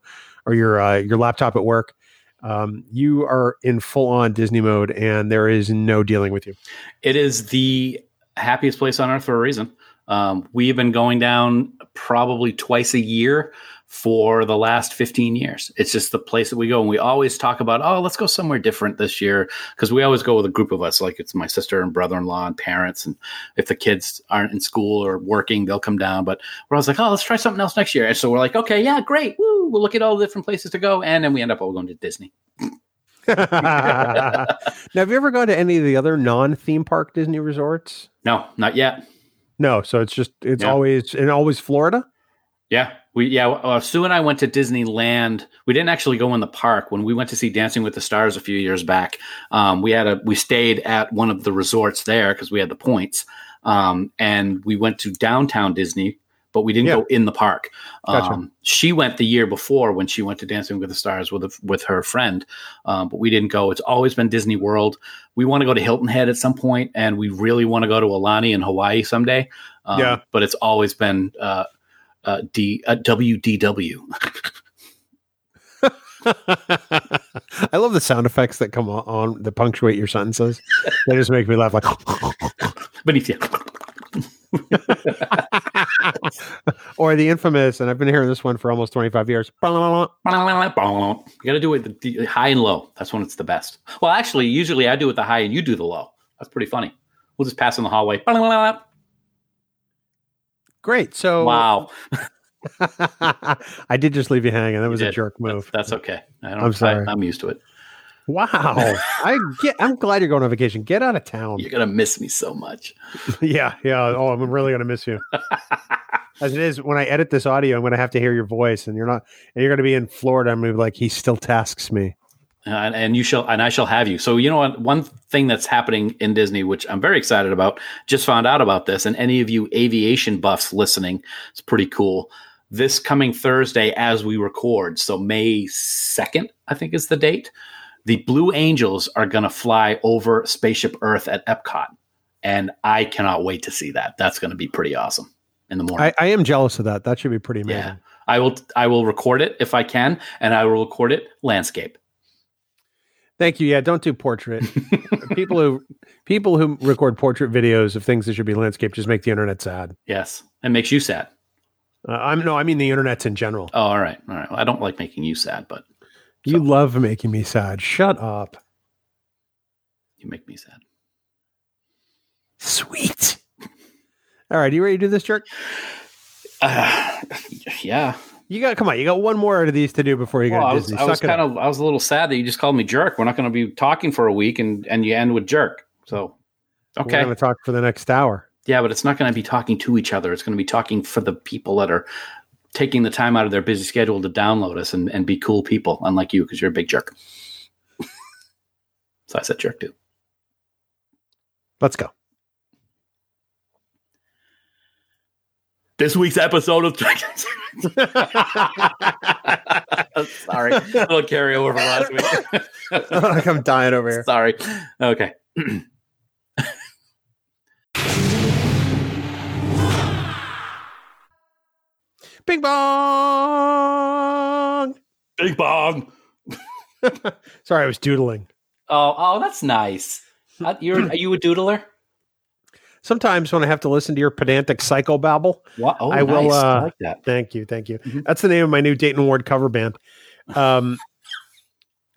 F: or your uh, your laptop at work. Um, you are in full on Disney mode, and there is no dealing with you. (laughs)
E: It is the happiest place on earth for a reason. Um, we have been going down probably twice a year for the last 15 years. It's just the place that we go. And we always talk about, oh, let's go somewhere different this year. Because we always go with a group of us, like it's my sister and brother in law and parents. And if the kids aren't in school or working, they'll come down. But we're always like, oh, let's try something else next year. And so we're like, okay, yeah, great. Woo. We'll look at all the different places to go. And then we end up all going to Disney.
F: now, have you ever gone to any of the other non theme park Disney resorts?
E: No, not yet.
F: No, so it's just it's
E: Yeah.
F: always and always Florida.
E: Yeah, we yeah. Uh, Sue and I went to Disneyland. We didn't actually go in the park when we went to see Dancing with the Stars a few years back. Um, we had a we stayed at one of the resorts there because we had the points, um, and we went to downtown Disney, but we didn't
F: Yeah.
E: go in the park.
F: Gotcha.
E: Um, she went the year before when she went to Dancing with the Stars with a, with her friend, um, but we didn't go. It's always been Disney World. We want to go to Hilton Head at some point, and we really want to go to Alani in Hawaii someday. Um,
F: Yeah.
E: but it's always been. Uh, uh, D uh, WDW.
F: (laughs) I love the sound effects that come on, on that punctuate your sentences. They just make me laugh. Like,
E: (laughs)
F: (laughs)
E: Beneath you.
F: or the infamous, and I've been hearing this one for almost 25 years. Well,
E: You got to do it the, the high and low. That's when it's the best. Well, actually, usually I do it the high and you do the low. That's pretty funny. We'll just pass in the hallway.
F: Great. So
E: Wow,
F: (laughs) I did just leave you hanging. That was a
E: did.
F: jerk move.
E: that's okay. I don't,
F: I'm sorry.
E: I, am used to it.
F: Wow. I get, I'm glad you're going on vacation. Get out of
E: (laughs)
F: town.
E: You're gonna miss me so much.
F: yeah. Yeah. Oh, I'm really going to miss you. As it is, when I edit this audio, I'm going to have to hear your voice, and you're not, and you're going to be in Florida. I'm going to be like, he still tasks me.
E: and, and you shall and I shall have you. So you know what? One thing that's happening in Disney, which I'm very excited about, just found out about this. And any of you aviation buffs listening, it's pretty cool. This coming Thursday, as we record, so May second, I think is the date. The Blue Angels are going to fly over Spaceship Earth at Epcot, and I cannot wait to see that. That's going to be pretty awesome in the morning.
F: I, I am jealous of that. That should be pretty amazing.
E: yeah, I will. I will record it if I can, and I will record it landscape.
F: Thank you. Yeah, don't do
E: (laughs)
F: portrait. people who people who record portrait videos of things that should be landscape just make the internet sad.
E: Yes, it makes you sad.
F: Uh, I'm no, I mean the internet's in general.
E: Oh, all right, all right. Well, I don't like making you sad, but
F: You love making me sad. Shut up.
E: you make me
F: (sighs)
E: sad.
F: Sweet. All right, you ready to do this, jerk?
E: Uh, yeah.
F: You got come on. You got one more out of these to do before you
E: Well,
F: go
E: I
F: to
E: was,
F: Disney.
E: I was
F: Suck it up.
E: kind of, I was a little sad that you just called me jerk. We're not going to be talking for a week, and and you end with jerk. So,
F: We're
E: okay,
F: going to talk for the next hour.
E: yeah, but it's not going to be talking to each other. It's going to be talking for the people that are taking the time out of their busy schedule to download us and and be cool people, unlike you, because you're a big jerk. (laughs) so I said jerk too.
F: Let's go.
E: This week's episode of. (laughs) Sorry, a little carryover from last week.
F: like I'm dying over here.
E: Sorry. Okay.
F: Bing bong.
E: Big bong.
F: Sorry, I was doodling.
E: Oh, oh, that's nice. Uh, You're are you a doodler?
F: Sometimes when I have to listen to your pedantic psycho babble,
E: What? Oh,
F: I will,
E: nice. I
F: uh,
E: like that.
F: Thank you, thank you.
E: Mhm.
F: That's the name of my new Dayton Ward cover band.
E: (laughs)
F: Um,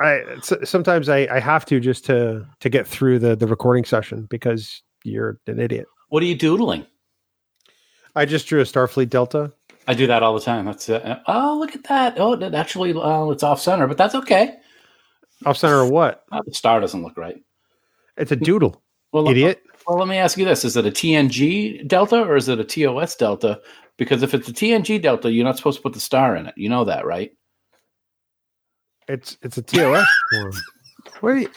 F: I s- sometimes I, I have to just to to get through the the recording session because you're an idiot.
E: What are you doodling?
F: I just drew a Starfleet Delta.
E: I do that all the time. That's uh, oh, look at that. Oh, that actually, uh, it's off center, but that's okay.
F: Off center or what?
E: Uh, the star doesn't look right.
F: It's a doodle,
E: Well,
F: idiot.
E: Well, let me ask you this: Is it a TNG delta or is it a TOS delta? Because if it's a TNG delta, you're not supposed to put the star in it. You know that, right? (laughs)
F: It's it's a TOS
E: (laughs)
F: form. What? Are you,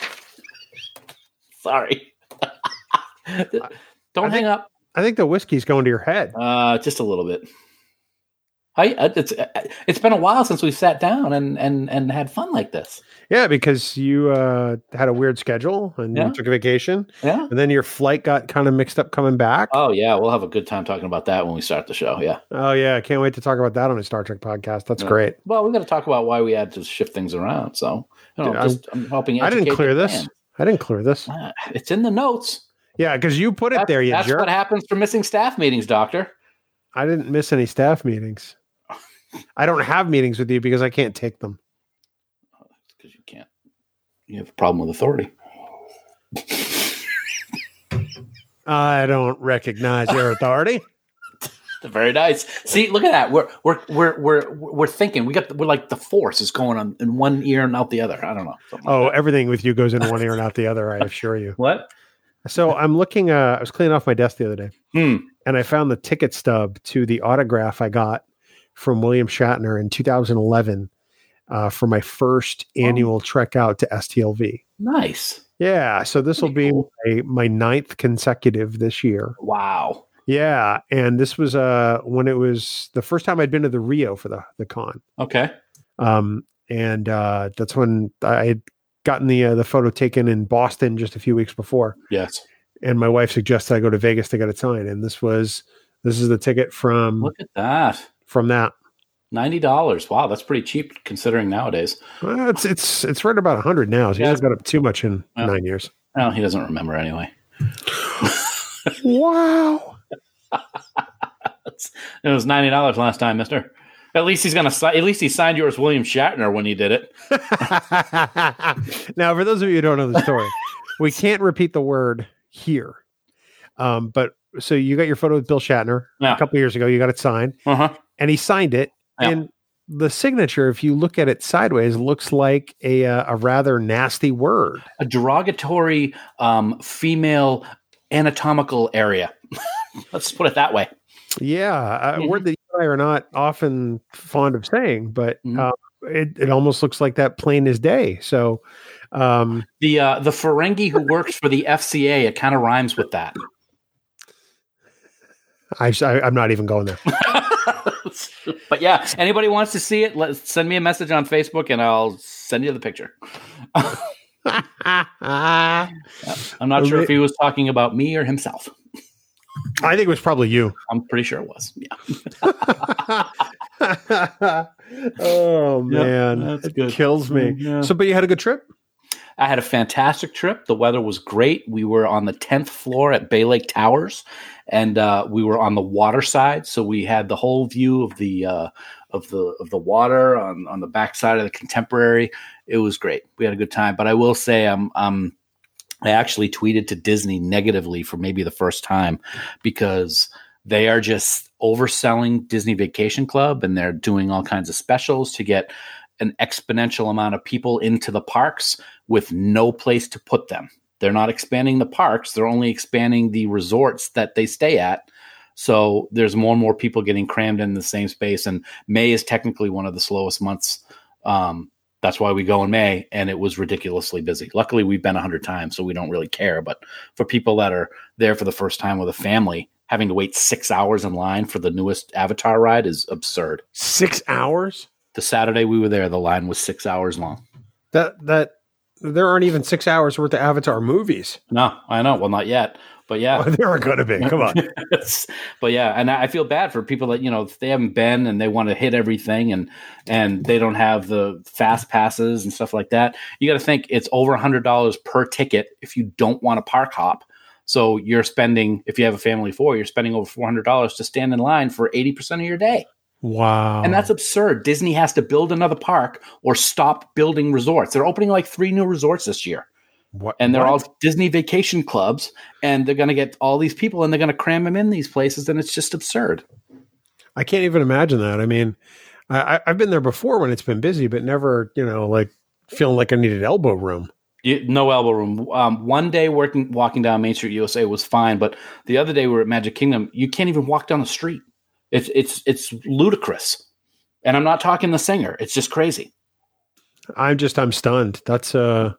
E: Sorry. (laughs) Don't
F: I
E: hang
F: think-
E: up.
F: I think the whiskey's going to your head.
E: Uh, just a little bit. I uh, it's uh, it's been a while since we sat down and and and had fun like this.
F: Yeah, because you uh, had a weird schedule and
E: Yeah.
F: you took a vacation,
E: Yeah.
F: and then your flight got kind of mixed up coming back.
E: Oh yeah, we'll have a good time talking about that when we start the show. Yeah.
F: oh yeah, I can't wait to talk about that on a Star Trek podcast. That's
E: Yeah.
F: great.
E: Well, we got to talk about why we had to shift things around. So you know,
F: Dude, I'm-
E: just I'm helping.
F: I didn't
E: educate
F: clear
E: the
F: this.
E: fan.
F: I didn't clear this.
E: Uh, It's in the notes.
F: Yeah, because you put it
E: That's-
F: there, you
E: that's
F: jerk.
E: what happens for missing staff meetings, Doctor.
F: I didn't miss any staff
E: (laughs)
F: meetings. I don't have meetings with you because I can't take them.
E: Because you can't. You have a problem with authority.
F: I don't recognize your authority.
E: (laughs) Very nice. See, look at that. We're we're we're we're we're thinking. We got we're like the force is going on in one ear and out the other. I don't know. Something like
F: Oh, everything with you goes in one ear and out the other, I assure you.
E: What?
F: So I'm looking, uh, I was cleaning off my desk the other day
E: Hmm.
F: and I found the ticket stub to the autograph I got from William Shatner in 2011 uh, for my first
E: Oh.
F: annual trek out to STLV.
E: Nice.
F: Yeah, so this will
E: Pretty
F: be
E: cool.
F: my, my ninth consecutive this year.
E: Wow.
F: Yeah, and this was uh when it was the first time I'd been to the Rio for the the con.
E: Okay.
F: Um and uh that's when I had gotten the uh, the photo taken in Boston just a few weeks before
E: Yes.
F: and my wife suggested I go to Vegas to get it signed and this was this is the ticket from
E: Look at that.
F: from that.
E: Ninety dollars. Wow, that's pretty cheap considering nowadays.
F: Well, it's it's it's right about hundred now. So he
E: Yeah.
F: hasn't got up too much in
E: Yeah.
F: nine years.
E: Well, he doesn't remember anyway.
F: Wow.
E: That's, it was ninety dollars last time, Mister. At least he's gonna. si- At least he signed yours, William Shatner, when he did it.
F: (laughs) now, for those of you who don't know the story, we can't repeat the word here. Um, but so you got your photo with Bill Shatner
E: Yeah.
F: a couple years ago. You got it signed,
E: Uh huh.
F: and he signed it.
E: Yeah.
F: And the signature, if you look at it sideways, looks like a uh, a rather nasty word.
E: A derogatory um, female anatomical area. (laughs) Let's put it that way.
F: Yeah, a
E: Mhm.
F: word that you and I are not often fond of saying, but
E: Mhm.
F: uh, it, it almost looks like that plain as day. So, um,
E: The uh, the Ferengi who works for the FCA. It kind of rhymes with that.
F: I, I, am not even going
E: (laughs)
F: there.
E: but yeah, anybody wants to see it, let send me a message on Facebook and I'll send you the picture.
F: I
E: I'm not sure
F: Okay.
E: if he was talking about me or himself.
F: think it was probably
E: (laughs)
F: you.
E: I'm pretty sure it was. Yeah.
F: oh man,
E: that's
F: it
E: good.
F: kills me.
E: Yeah.
F: So, but you had a good trip. (laughs)
E: I had a fantastic trip. The weather was great. We were on the 10th floor at Bay Lake Towers and uh, we were on the water side, so we had the whole view of the uh, of the of the water on on the backside of the contemporary. It was great. We had a good time, but I will say um um I actually tweeted to Disney negatively for maybe the first time because they are just overselling Disney Vacation Club and they're doing all kinds of specials to get an exponential amount of people into the parks with no place to put them. They're not expanding the parks, they're only expanding the resorts that they stay at. So there's more and more people getting crammed in the same space. And May is technically one of the slowest months. Um, that's why we go in May, and it was ridiculously busy. Luckily, we've been 100 times, so we don't really care. But for people that are there for the first time with a family, having to wait six hours in line for the newest Avatar ride is absurd.
F: Six hours.
E: The Saturday we were there, the line was six hours long.
F: That that there aren't even six hours worth of Avatar movies.
E: No, I know. Well, not yet, but yeah,
F: there are going to be. Come on.
E: (laughs) It's- but yeah, and I I feel bad for people that you know if they haven't been and they want to hit everything and and they don't have the fast passes and stuff like that. You got to think it's over a hundred dollars per ticket if you don't want to park hop. So you're spending if you have a family of four, you're spending over four hundred dollars to stand in line for eighty percent of your day.
F: Wow.
E: And that's absurd. Disney has to build another park or stop building resorts. They're opening like three new resorts this year,
F: What-
E: and they're
F: what?
E: all Disney vacation clubs, and they're going to get all these people and they're going to cram them in these places, and it's just absurd.
F: I can't even imagine that. I mean, I, I- I've been there before when it's been busy, but never, you know, like feeling like I needed elbow room.
E: You, no elbow room. Um, one day working walking down Main Street USA was fine, but the other day we were at Magic Kingdom. You can't even walk down the street. It's it's it's ludicrous, and I'm not talking the singer. It's just crazy.
F: I'm just, I'm stunned. That's uh,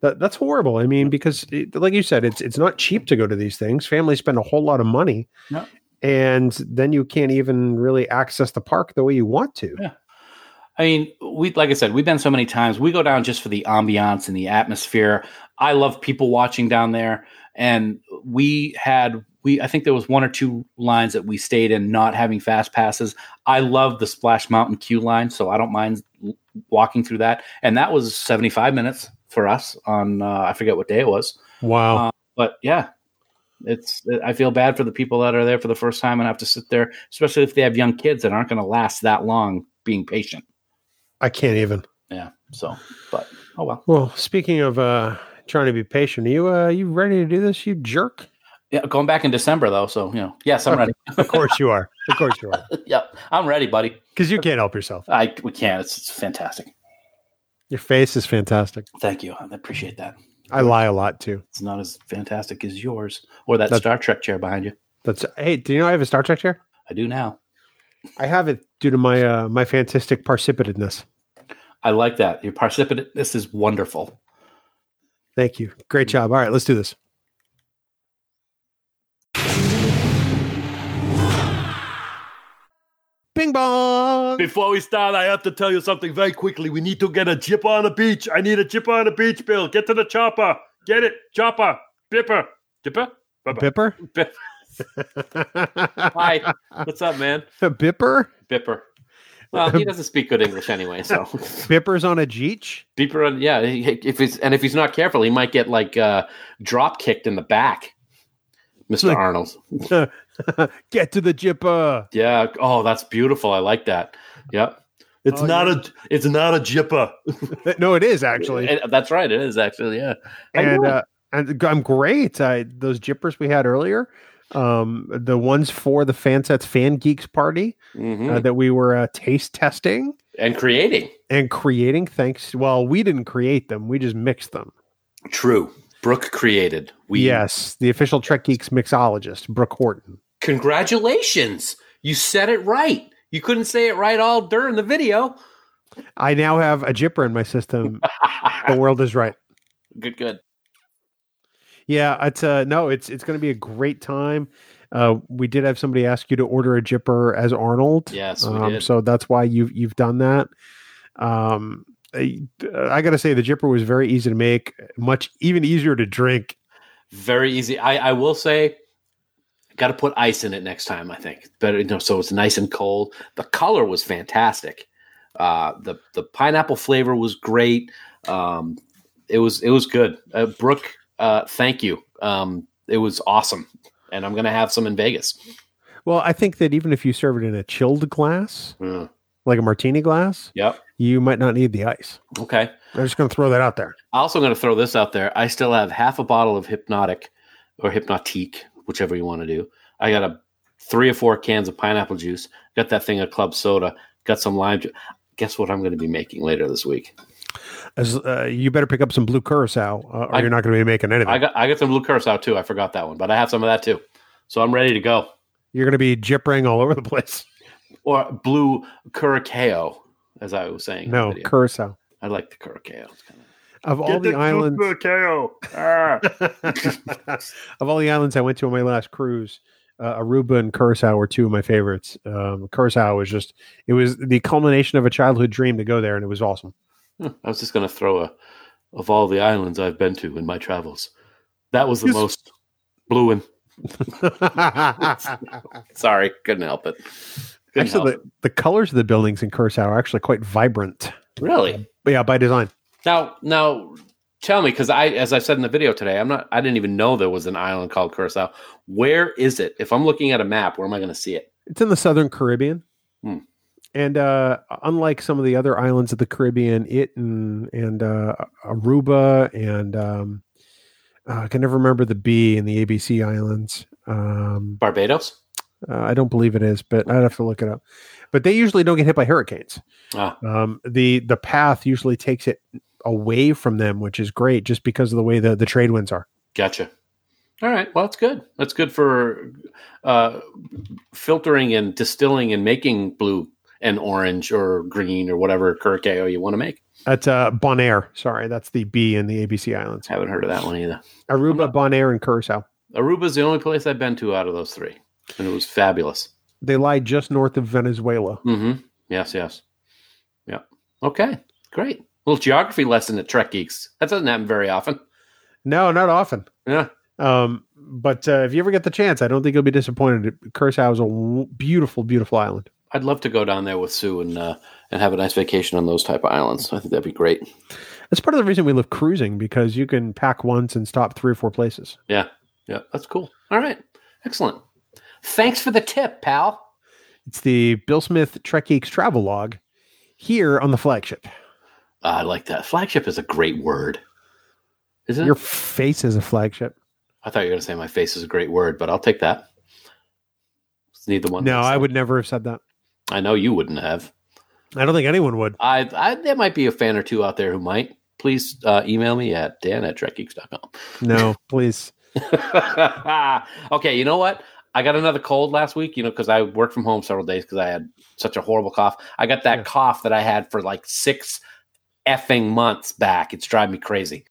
F: that, that's horrible. I mean, because it, like you said, it's it's not cheap to go to these things. Families spend a whole lot of money,
E: No.
F: and then you can't even really access the park the way you want to.
E: Yeah. I mean, we like I said, we've been so many times. We go down just for the ambiance and the atmosphere. I love people watching down there, and we had we I think there was one or two lines that we stayed in not having fast passes. I love the Splash Mountain queue line, so I don't mind l- walking through that. And that was seventy five minutes for us on uh, I forget what day it was,
F: Wow.
E: Uh, but yeah. It's. I feel bad for the people that are there for the first time and have to sit there, especially if they have young kids that aren't going to last that long being patient.
F: I can't even.
E: Yeah. So, but oh well.
F: Well, speaking of uh, trying to be patient, are you uh, you ready to do this? You jerk.
E: Yeah, going back in December though, so you know. Yes, I'm ready.
F: Of course you are. Of course you (laughs) are.
E: yep, I'm ready, buddy.
F: Because you can't help yourself.
E: I we can. It's, it's fantastic.
F: Your face is fantastic.
E: Thank you. I appreciate that.
F: I lie a lot too.
E: It's not as fantastic as yours or that
F: That's-
E: Star Trek chair behind you.
F: That's hey. Do you know I have a Star Trek chair?
E: I do now.
F: I have it due to my uh, my fantastic parsippidness.
E: I like that. Your participant. This is wonderful.
F: Thank you. Great job. All right, let's do this. Bing bong.
G: Before we start, I have to tell you something very quickly. We need to get a chipper on the beach. I need a chipper on the beach, Bill. Get to the chopper. Get it. Chopper. Bipper. Dipper?
F: Pipper.
G: Bip-
E: Hi, (laughs) what's up, man?
C: Bipper?
E: Bipper. Well, he doesn't speak good English anyway, (laughs) so
C: Bipper's on a Jeech?
E: Bipper. uh, Yeah, he- if he's and if he's not careful, he might get like uh, drop kicked in the back, Mister
C: Like-
E: Arnold.
C: Get to the Jipper.
E: Yeah. Oh, that's beautiful. I like that. Yep.
G: It's
C: Oh,
G: not a it's not a jipper.
C: No, it is actually.
E: And that's right. It is actually. Yeah. How you
C: and
E: doing?
C: uh, and g- I'm great. I those jippers we had earlier, um, the ones for the Fansets Fan Geeks party
E: Mhm.
C: uh, that we were uh, taste testing
E: and creating.
C: and creating. Thanks. Well, we didn't create them; we just mixed them.
E: True. Brooke created. We
C: yes, the official Trek Geeks mixologist, Brooke Horton.
E: Congratulations. You said it right. You couldn't say it right all during the video.
C: I now have a jipper in my
E: (laughs)
C: system. the world is right.
E: Good. Good.
C: Yeah, it's uh no, it's it's going to be a great time. Uh, we did have somebody ask you to order a jipper as Arnold.
E: Yes, we
C: um,
E: did.
C: so that's why you've you've done that. Um, I, I gotta say the jipper was very easy to make, much even easier to drink.
E: Very easy. I, I will say, got to put ice in it next time. I think better. You know, so it's nice and cold. The color was fantastic. Uh, the the pineapple flavor was great. Um, it was it was good. Uh, Brooke, uh, thank you. Um, it was awesome, and I'm gonna have some in Vegas.
C: Well, I think that even if you serve it in a chilled glass,
E: Mm,
C: like a martini glass,
E: Yep.
C: you might not need the ice.
E: Okay.
C: I'm just gonna throw that out there.
E: I'm also going to throw this out there. I still have half a bottle of Hypnotic or Hypnotique, whichever you want to do. I got a three or four cans of pineapple juice. Got that thing of club soda. Got some lime juice. Guess what I'm going to be making later this week?
C: As uh, you better pick up some blue curacao, uh, or
E: I-
C: you're not gonna be making anything.
E: I got I got some blue curacao too. I forgot that one, but I have some of that too. So I'm ready to go.
C: you're gonna be jippering all over the
E: (laughs)
C: place.
E: Or blue curacao, as I was saying. in the
C: No
E: video.
C: curacao.
E: I like the curacao. It's kinda-
C: Of all the, islands,
G: KO.
C: of all the islands I went to on my last cruise, uh, Aruba and Curacao were two of my favorites. Um, Curacao was just it was the culmination of a childhood dream to go there, and it was awesome.
E: Huh, (laughs) I was just going to throw a of all the islands I've been to in my travels. That was the
C: Yes.
E: most blue and
C: actually,
E: Sorry, couldn't help it. Couldn't help
C: the, the colors of the buildings in Curacao are actually quite vibrant.
E: it. really
C: But yeah, by design.
E: now now tell me because I as I said in the video today I'm not I didn't even know there was an island called Curacao. Where is it? If I'm looking at a map, where am I going to see it?
C: It's in the southern Caribbean.
E: Hmm.
C: And uh, unlike some of the other islands of the Caribbean, it and, and uh, Aruba and um, uh, I can never remember the B in the ABC islands. Um,
E: Barbados.
C: Uh, I don't believe it is, but I'd have to look it up. But they usually don't get hit by hurricanes.
E: Ah.
C: Um, the the path usually takes it away from them, which is great, just because of the way the the trade winds are.
E: Gotcha. All right. Well, that's good. That's good for uh, filtering and distilling and making blue and orange or green or whatever curacao you want to make.
C: (laughs) That's uh, Bonaire. Sorry, that's the B in the ABC islands.
E: Haven't heard of that one either.
C: Aruba, Bonaire, and Curacao.
E: Aruba's the only place I've been to out of those three, and it was fabulous.
C: They lie just north of Venezuela.
E: Mm-hmm. Yes, yes. Yeah. Okay. Great. little geography lesson at Trek Geeks. That doesn't happen very often.
C: No, not often.
E: Yeah.
C: Um, but uh, if you ever get the chance, I don't think you'll be disappointed. Curacao is a w- beautiful, beautiful island.
E: I'd love to go down there with Sue and uh, and have a nice vacation on those type of islands. I think that'd be great.
C: That's part of the reason we love cruising because you can pack once and stop three or four places.
E: Yeah. Yeah. That's cool. All right. Excellent. Thanks for the tip, pal.
C: It's the Bill Smith Trek Geeks travel log here on the flagship.
E: Ah, I like that. Flagship is a great word. Isn't
C: Your
E: it?
C: face is a flagship.
E: I thought you were going to say my face is a great word, but I'll take that. Just Need the one.
C: No,
E: that's-
C: I would never have said that.
E: I know you wouldn't have.
C: I don't think anyone would.
E: I, I there might be a fan or two out there who might. Please uh, email me at dan at
C: No, please.
E: trekgeeks.com. (laughs) okay, you know what? I got another cold last week, you know, because I worked from home several days because I had such a horrible cough. I got that
C: Yeah.
E: cough that I had for like six effing months back. It's driving me crazy.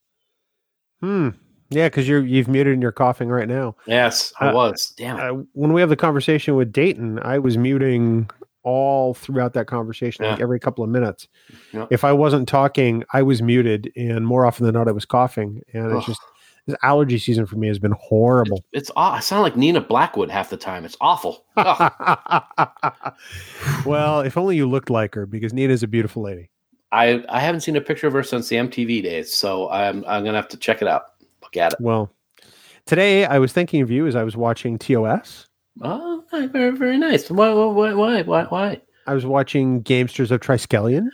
C: Hmm. Yeah, because you're you've muted and you're coughing right now.
E: Yes, I
C: Uh,
E: was. Damn it.
C: Uh, when we have the conversation with Dayton, I was muting all throughout that conversation, like (laughs)
E: Yeah.
C: every couple of minutes.
E: Yeah.
C: If I wasn't talking, I was muted, and more often than not, I was coughing, and
E: Ugh.
C: it's just This allergy season for me has been
E: (laughs)
C: horrible.
E: It's aw- I sound like Nina Blackwood half the time. It's awful. Ugh. Ah.
C: well, if only you looked like her, because Nina's a beautiful lady.
E: I I haven't seen a picture of her since the MTV days, so I'm I'm gonna have to check it out. Look at it.
C: Well, today I was thinking of you as I was watching TOS.
E: Oh, hi, very very nice. Why why why why why?
C: I was watching Gamesters of Triskelion.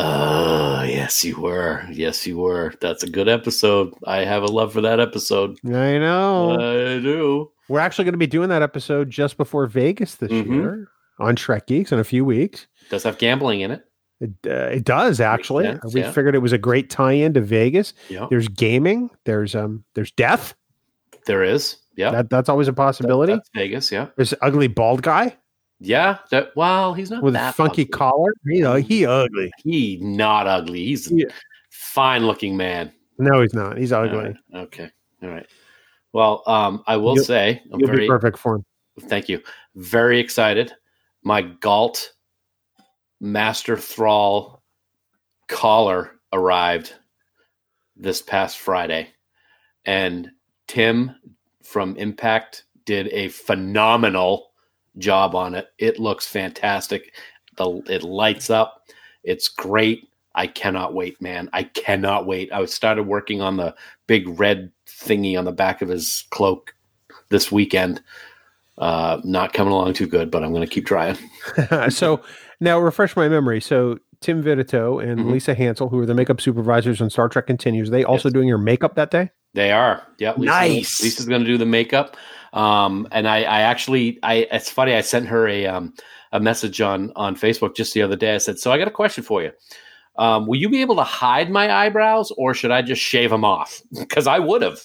E: Oh, yes, you were. Yes, you were. That's a good episode. I have a love for that episode.
C: I know.
E: I do.
C: We're actually going to be doing that episode just before Vegas this
E: Mhm.
C: year on Trek Geeks in a few weeks.
E: Does have gambling in it.
C: It, uh, it does actually.
E: sense,
C: we
E: yeah.
C: figured it was a great tie-in to Vegas.
E: Yeah,
C: There's gaming. There's um. There's death.
E: there is. Yeah,
C: That that's always a possibility.
E: That's Vegas. Yeah,
C: there's an ugly bald guy
E: yeah. That well, he's not
C: with a
E: that
C: funky
E: ugly.
C: collar. You know, he ugly.
E: He not ugly. He's a
C: Yeah.
E: fine looking man.
C: No, he's not. He's ugly.
E: All right. Okay. All right. Well, um, I will
C: You'll-
E: say I'm
C: You'll be
E: very
C: perfect for him.
E: thank you. Very excited. My Galt Master Thrall collar arrived this past Friday. And Tim from Impact did a phenomenal job on it. It looks fantastic. The it lights up. It's great. I cannot wait, man. I cannot wait. I started working on the big red thingy on the back of his cloak this weekend. Uh, not coming along too good, but I'm going to keep trying.
C: (laughs) so now refresh my memory. So Tim Vitito and
E: Mhm.
C: Lisa Hansel, who are the makeup supervisors on Star Trek Continues, they also doing your makeup that day.
E: They are. Yeah. Lisa's
C: Nice.
E: Gonna, Lisa's going to do the makeup. Um, and I, I actually, I, it's funny. I sent her a, um, a message on, on Facebook just the other day. I said, so I got a question for you. Um, will you be able to hide my eyebrows or should I just shave them off? (laughs) Cause I would have.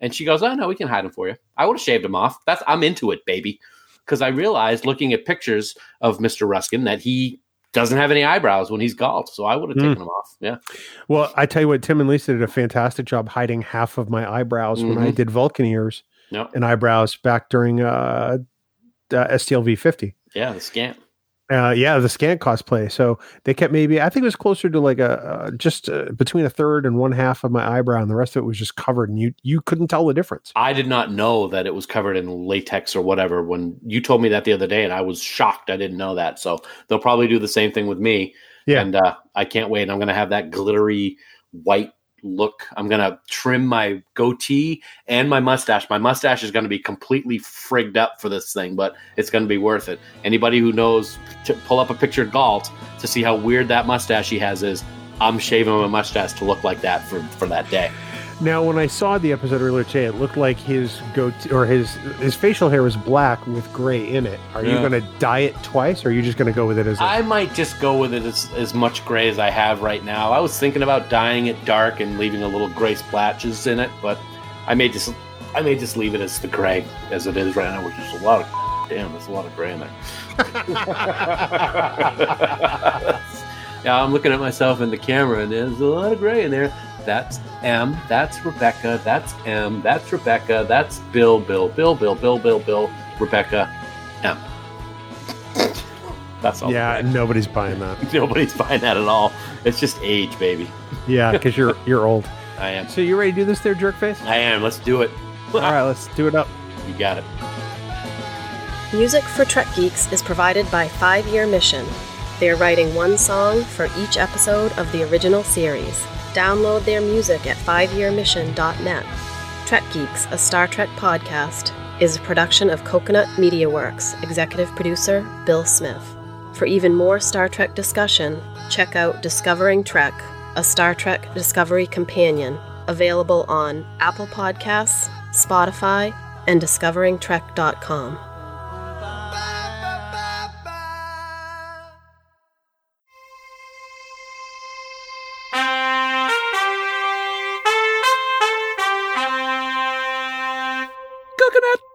E: And she goes, oh no, we can hide them for you. I would have shaved them off. That's I'm into it, baby. Cause I realized looking at pictures of Mr. Ruskin that he doesn't have any eyebrows when he's golfed. So I would have
C: Mm.
E: taken them off. Yeah.
C: (laughs) Well, I tell you what, Tim and Lisa did a fantastic job hiding half of my eyebrows when
E: Mm-hmm.
C: I did Vulcan ears
E: Yep.
C: and eyebrows back during uh, uh, STLV 50.
E: Yeah. The scant.
C: Uh, yeah, the scan cosplay. So they kept maybe, I think it was closer to like a, uh, just uh, between a third and one half of my eyebrow, and the rest of it was just covered, and you you couldn't tell the difference.
E: I did not know that it was covered in latex or whatever when you told me that the other day, and I was shocked. I didn't know that. So they'll probably do the same thing with me.
C: Yeah.
E: And uh, I can't wait. I'm going to have that glittery white look. I'm going to trim my goatee and my mustache. My mustache is going to be completely frigged up for this thing, but it's going to be worth it. Anybody who knows, t- pull up a picture of Galt to see how weird that mustache he has is. I'm shaving my mustache to look like that for, for that day.
C: Now, when I saw the episode earlier today, it looked like his goatee or his his facial hair was black with gray in it. Are you
E: Yeah.
C: going to dye it twice, or are you just going to go with it as? A,
E: I might just go with it as, as much gray as I have right now. I was thinking about dyeing it dark and leaving a little gray splatches in it, but I may just I may just leave it as the gray as it is right now, which is a lot of damn, there's a lot of gray in there. yeah, I'm looking at myself in the camera and there's a lot of gray in there. That's M, that's Rebecca, that's M, that's Rebecca, that's Bill, Bill, Bill, Bill, Bill, Bill, Bill, Rebecca, M. That's all.
C: yeah, nobody's buying that.
E: (laughs) Nobody's buying that at all. It's just age, baby.
C: Yeah, because you're you're old.
E: I am.
C: So you ready to do this, there, jerk face?
E: I am. Let's do it.
C: All right, let's do it up.
E: You got it.
H: Music for Trek Geeks is provided by Five Year Mission. They're writing one song for each episode of the original series. Download their music at fiveyearmission.net. Trek Geeks, a Star Trek podcast, is a production of Coconut Media Works, executive producer Bill Smith. For even more Star Trek discussion, check out Discovering Trek, a Star Trek Discovery Companion, available on Apple Podcasts, Spotify, and discoveringtrek.com.
A: Coconut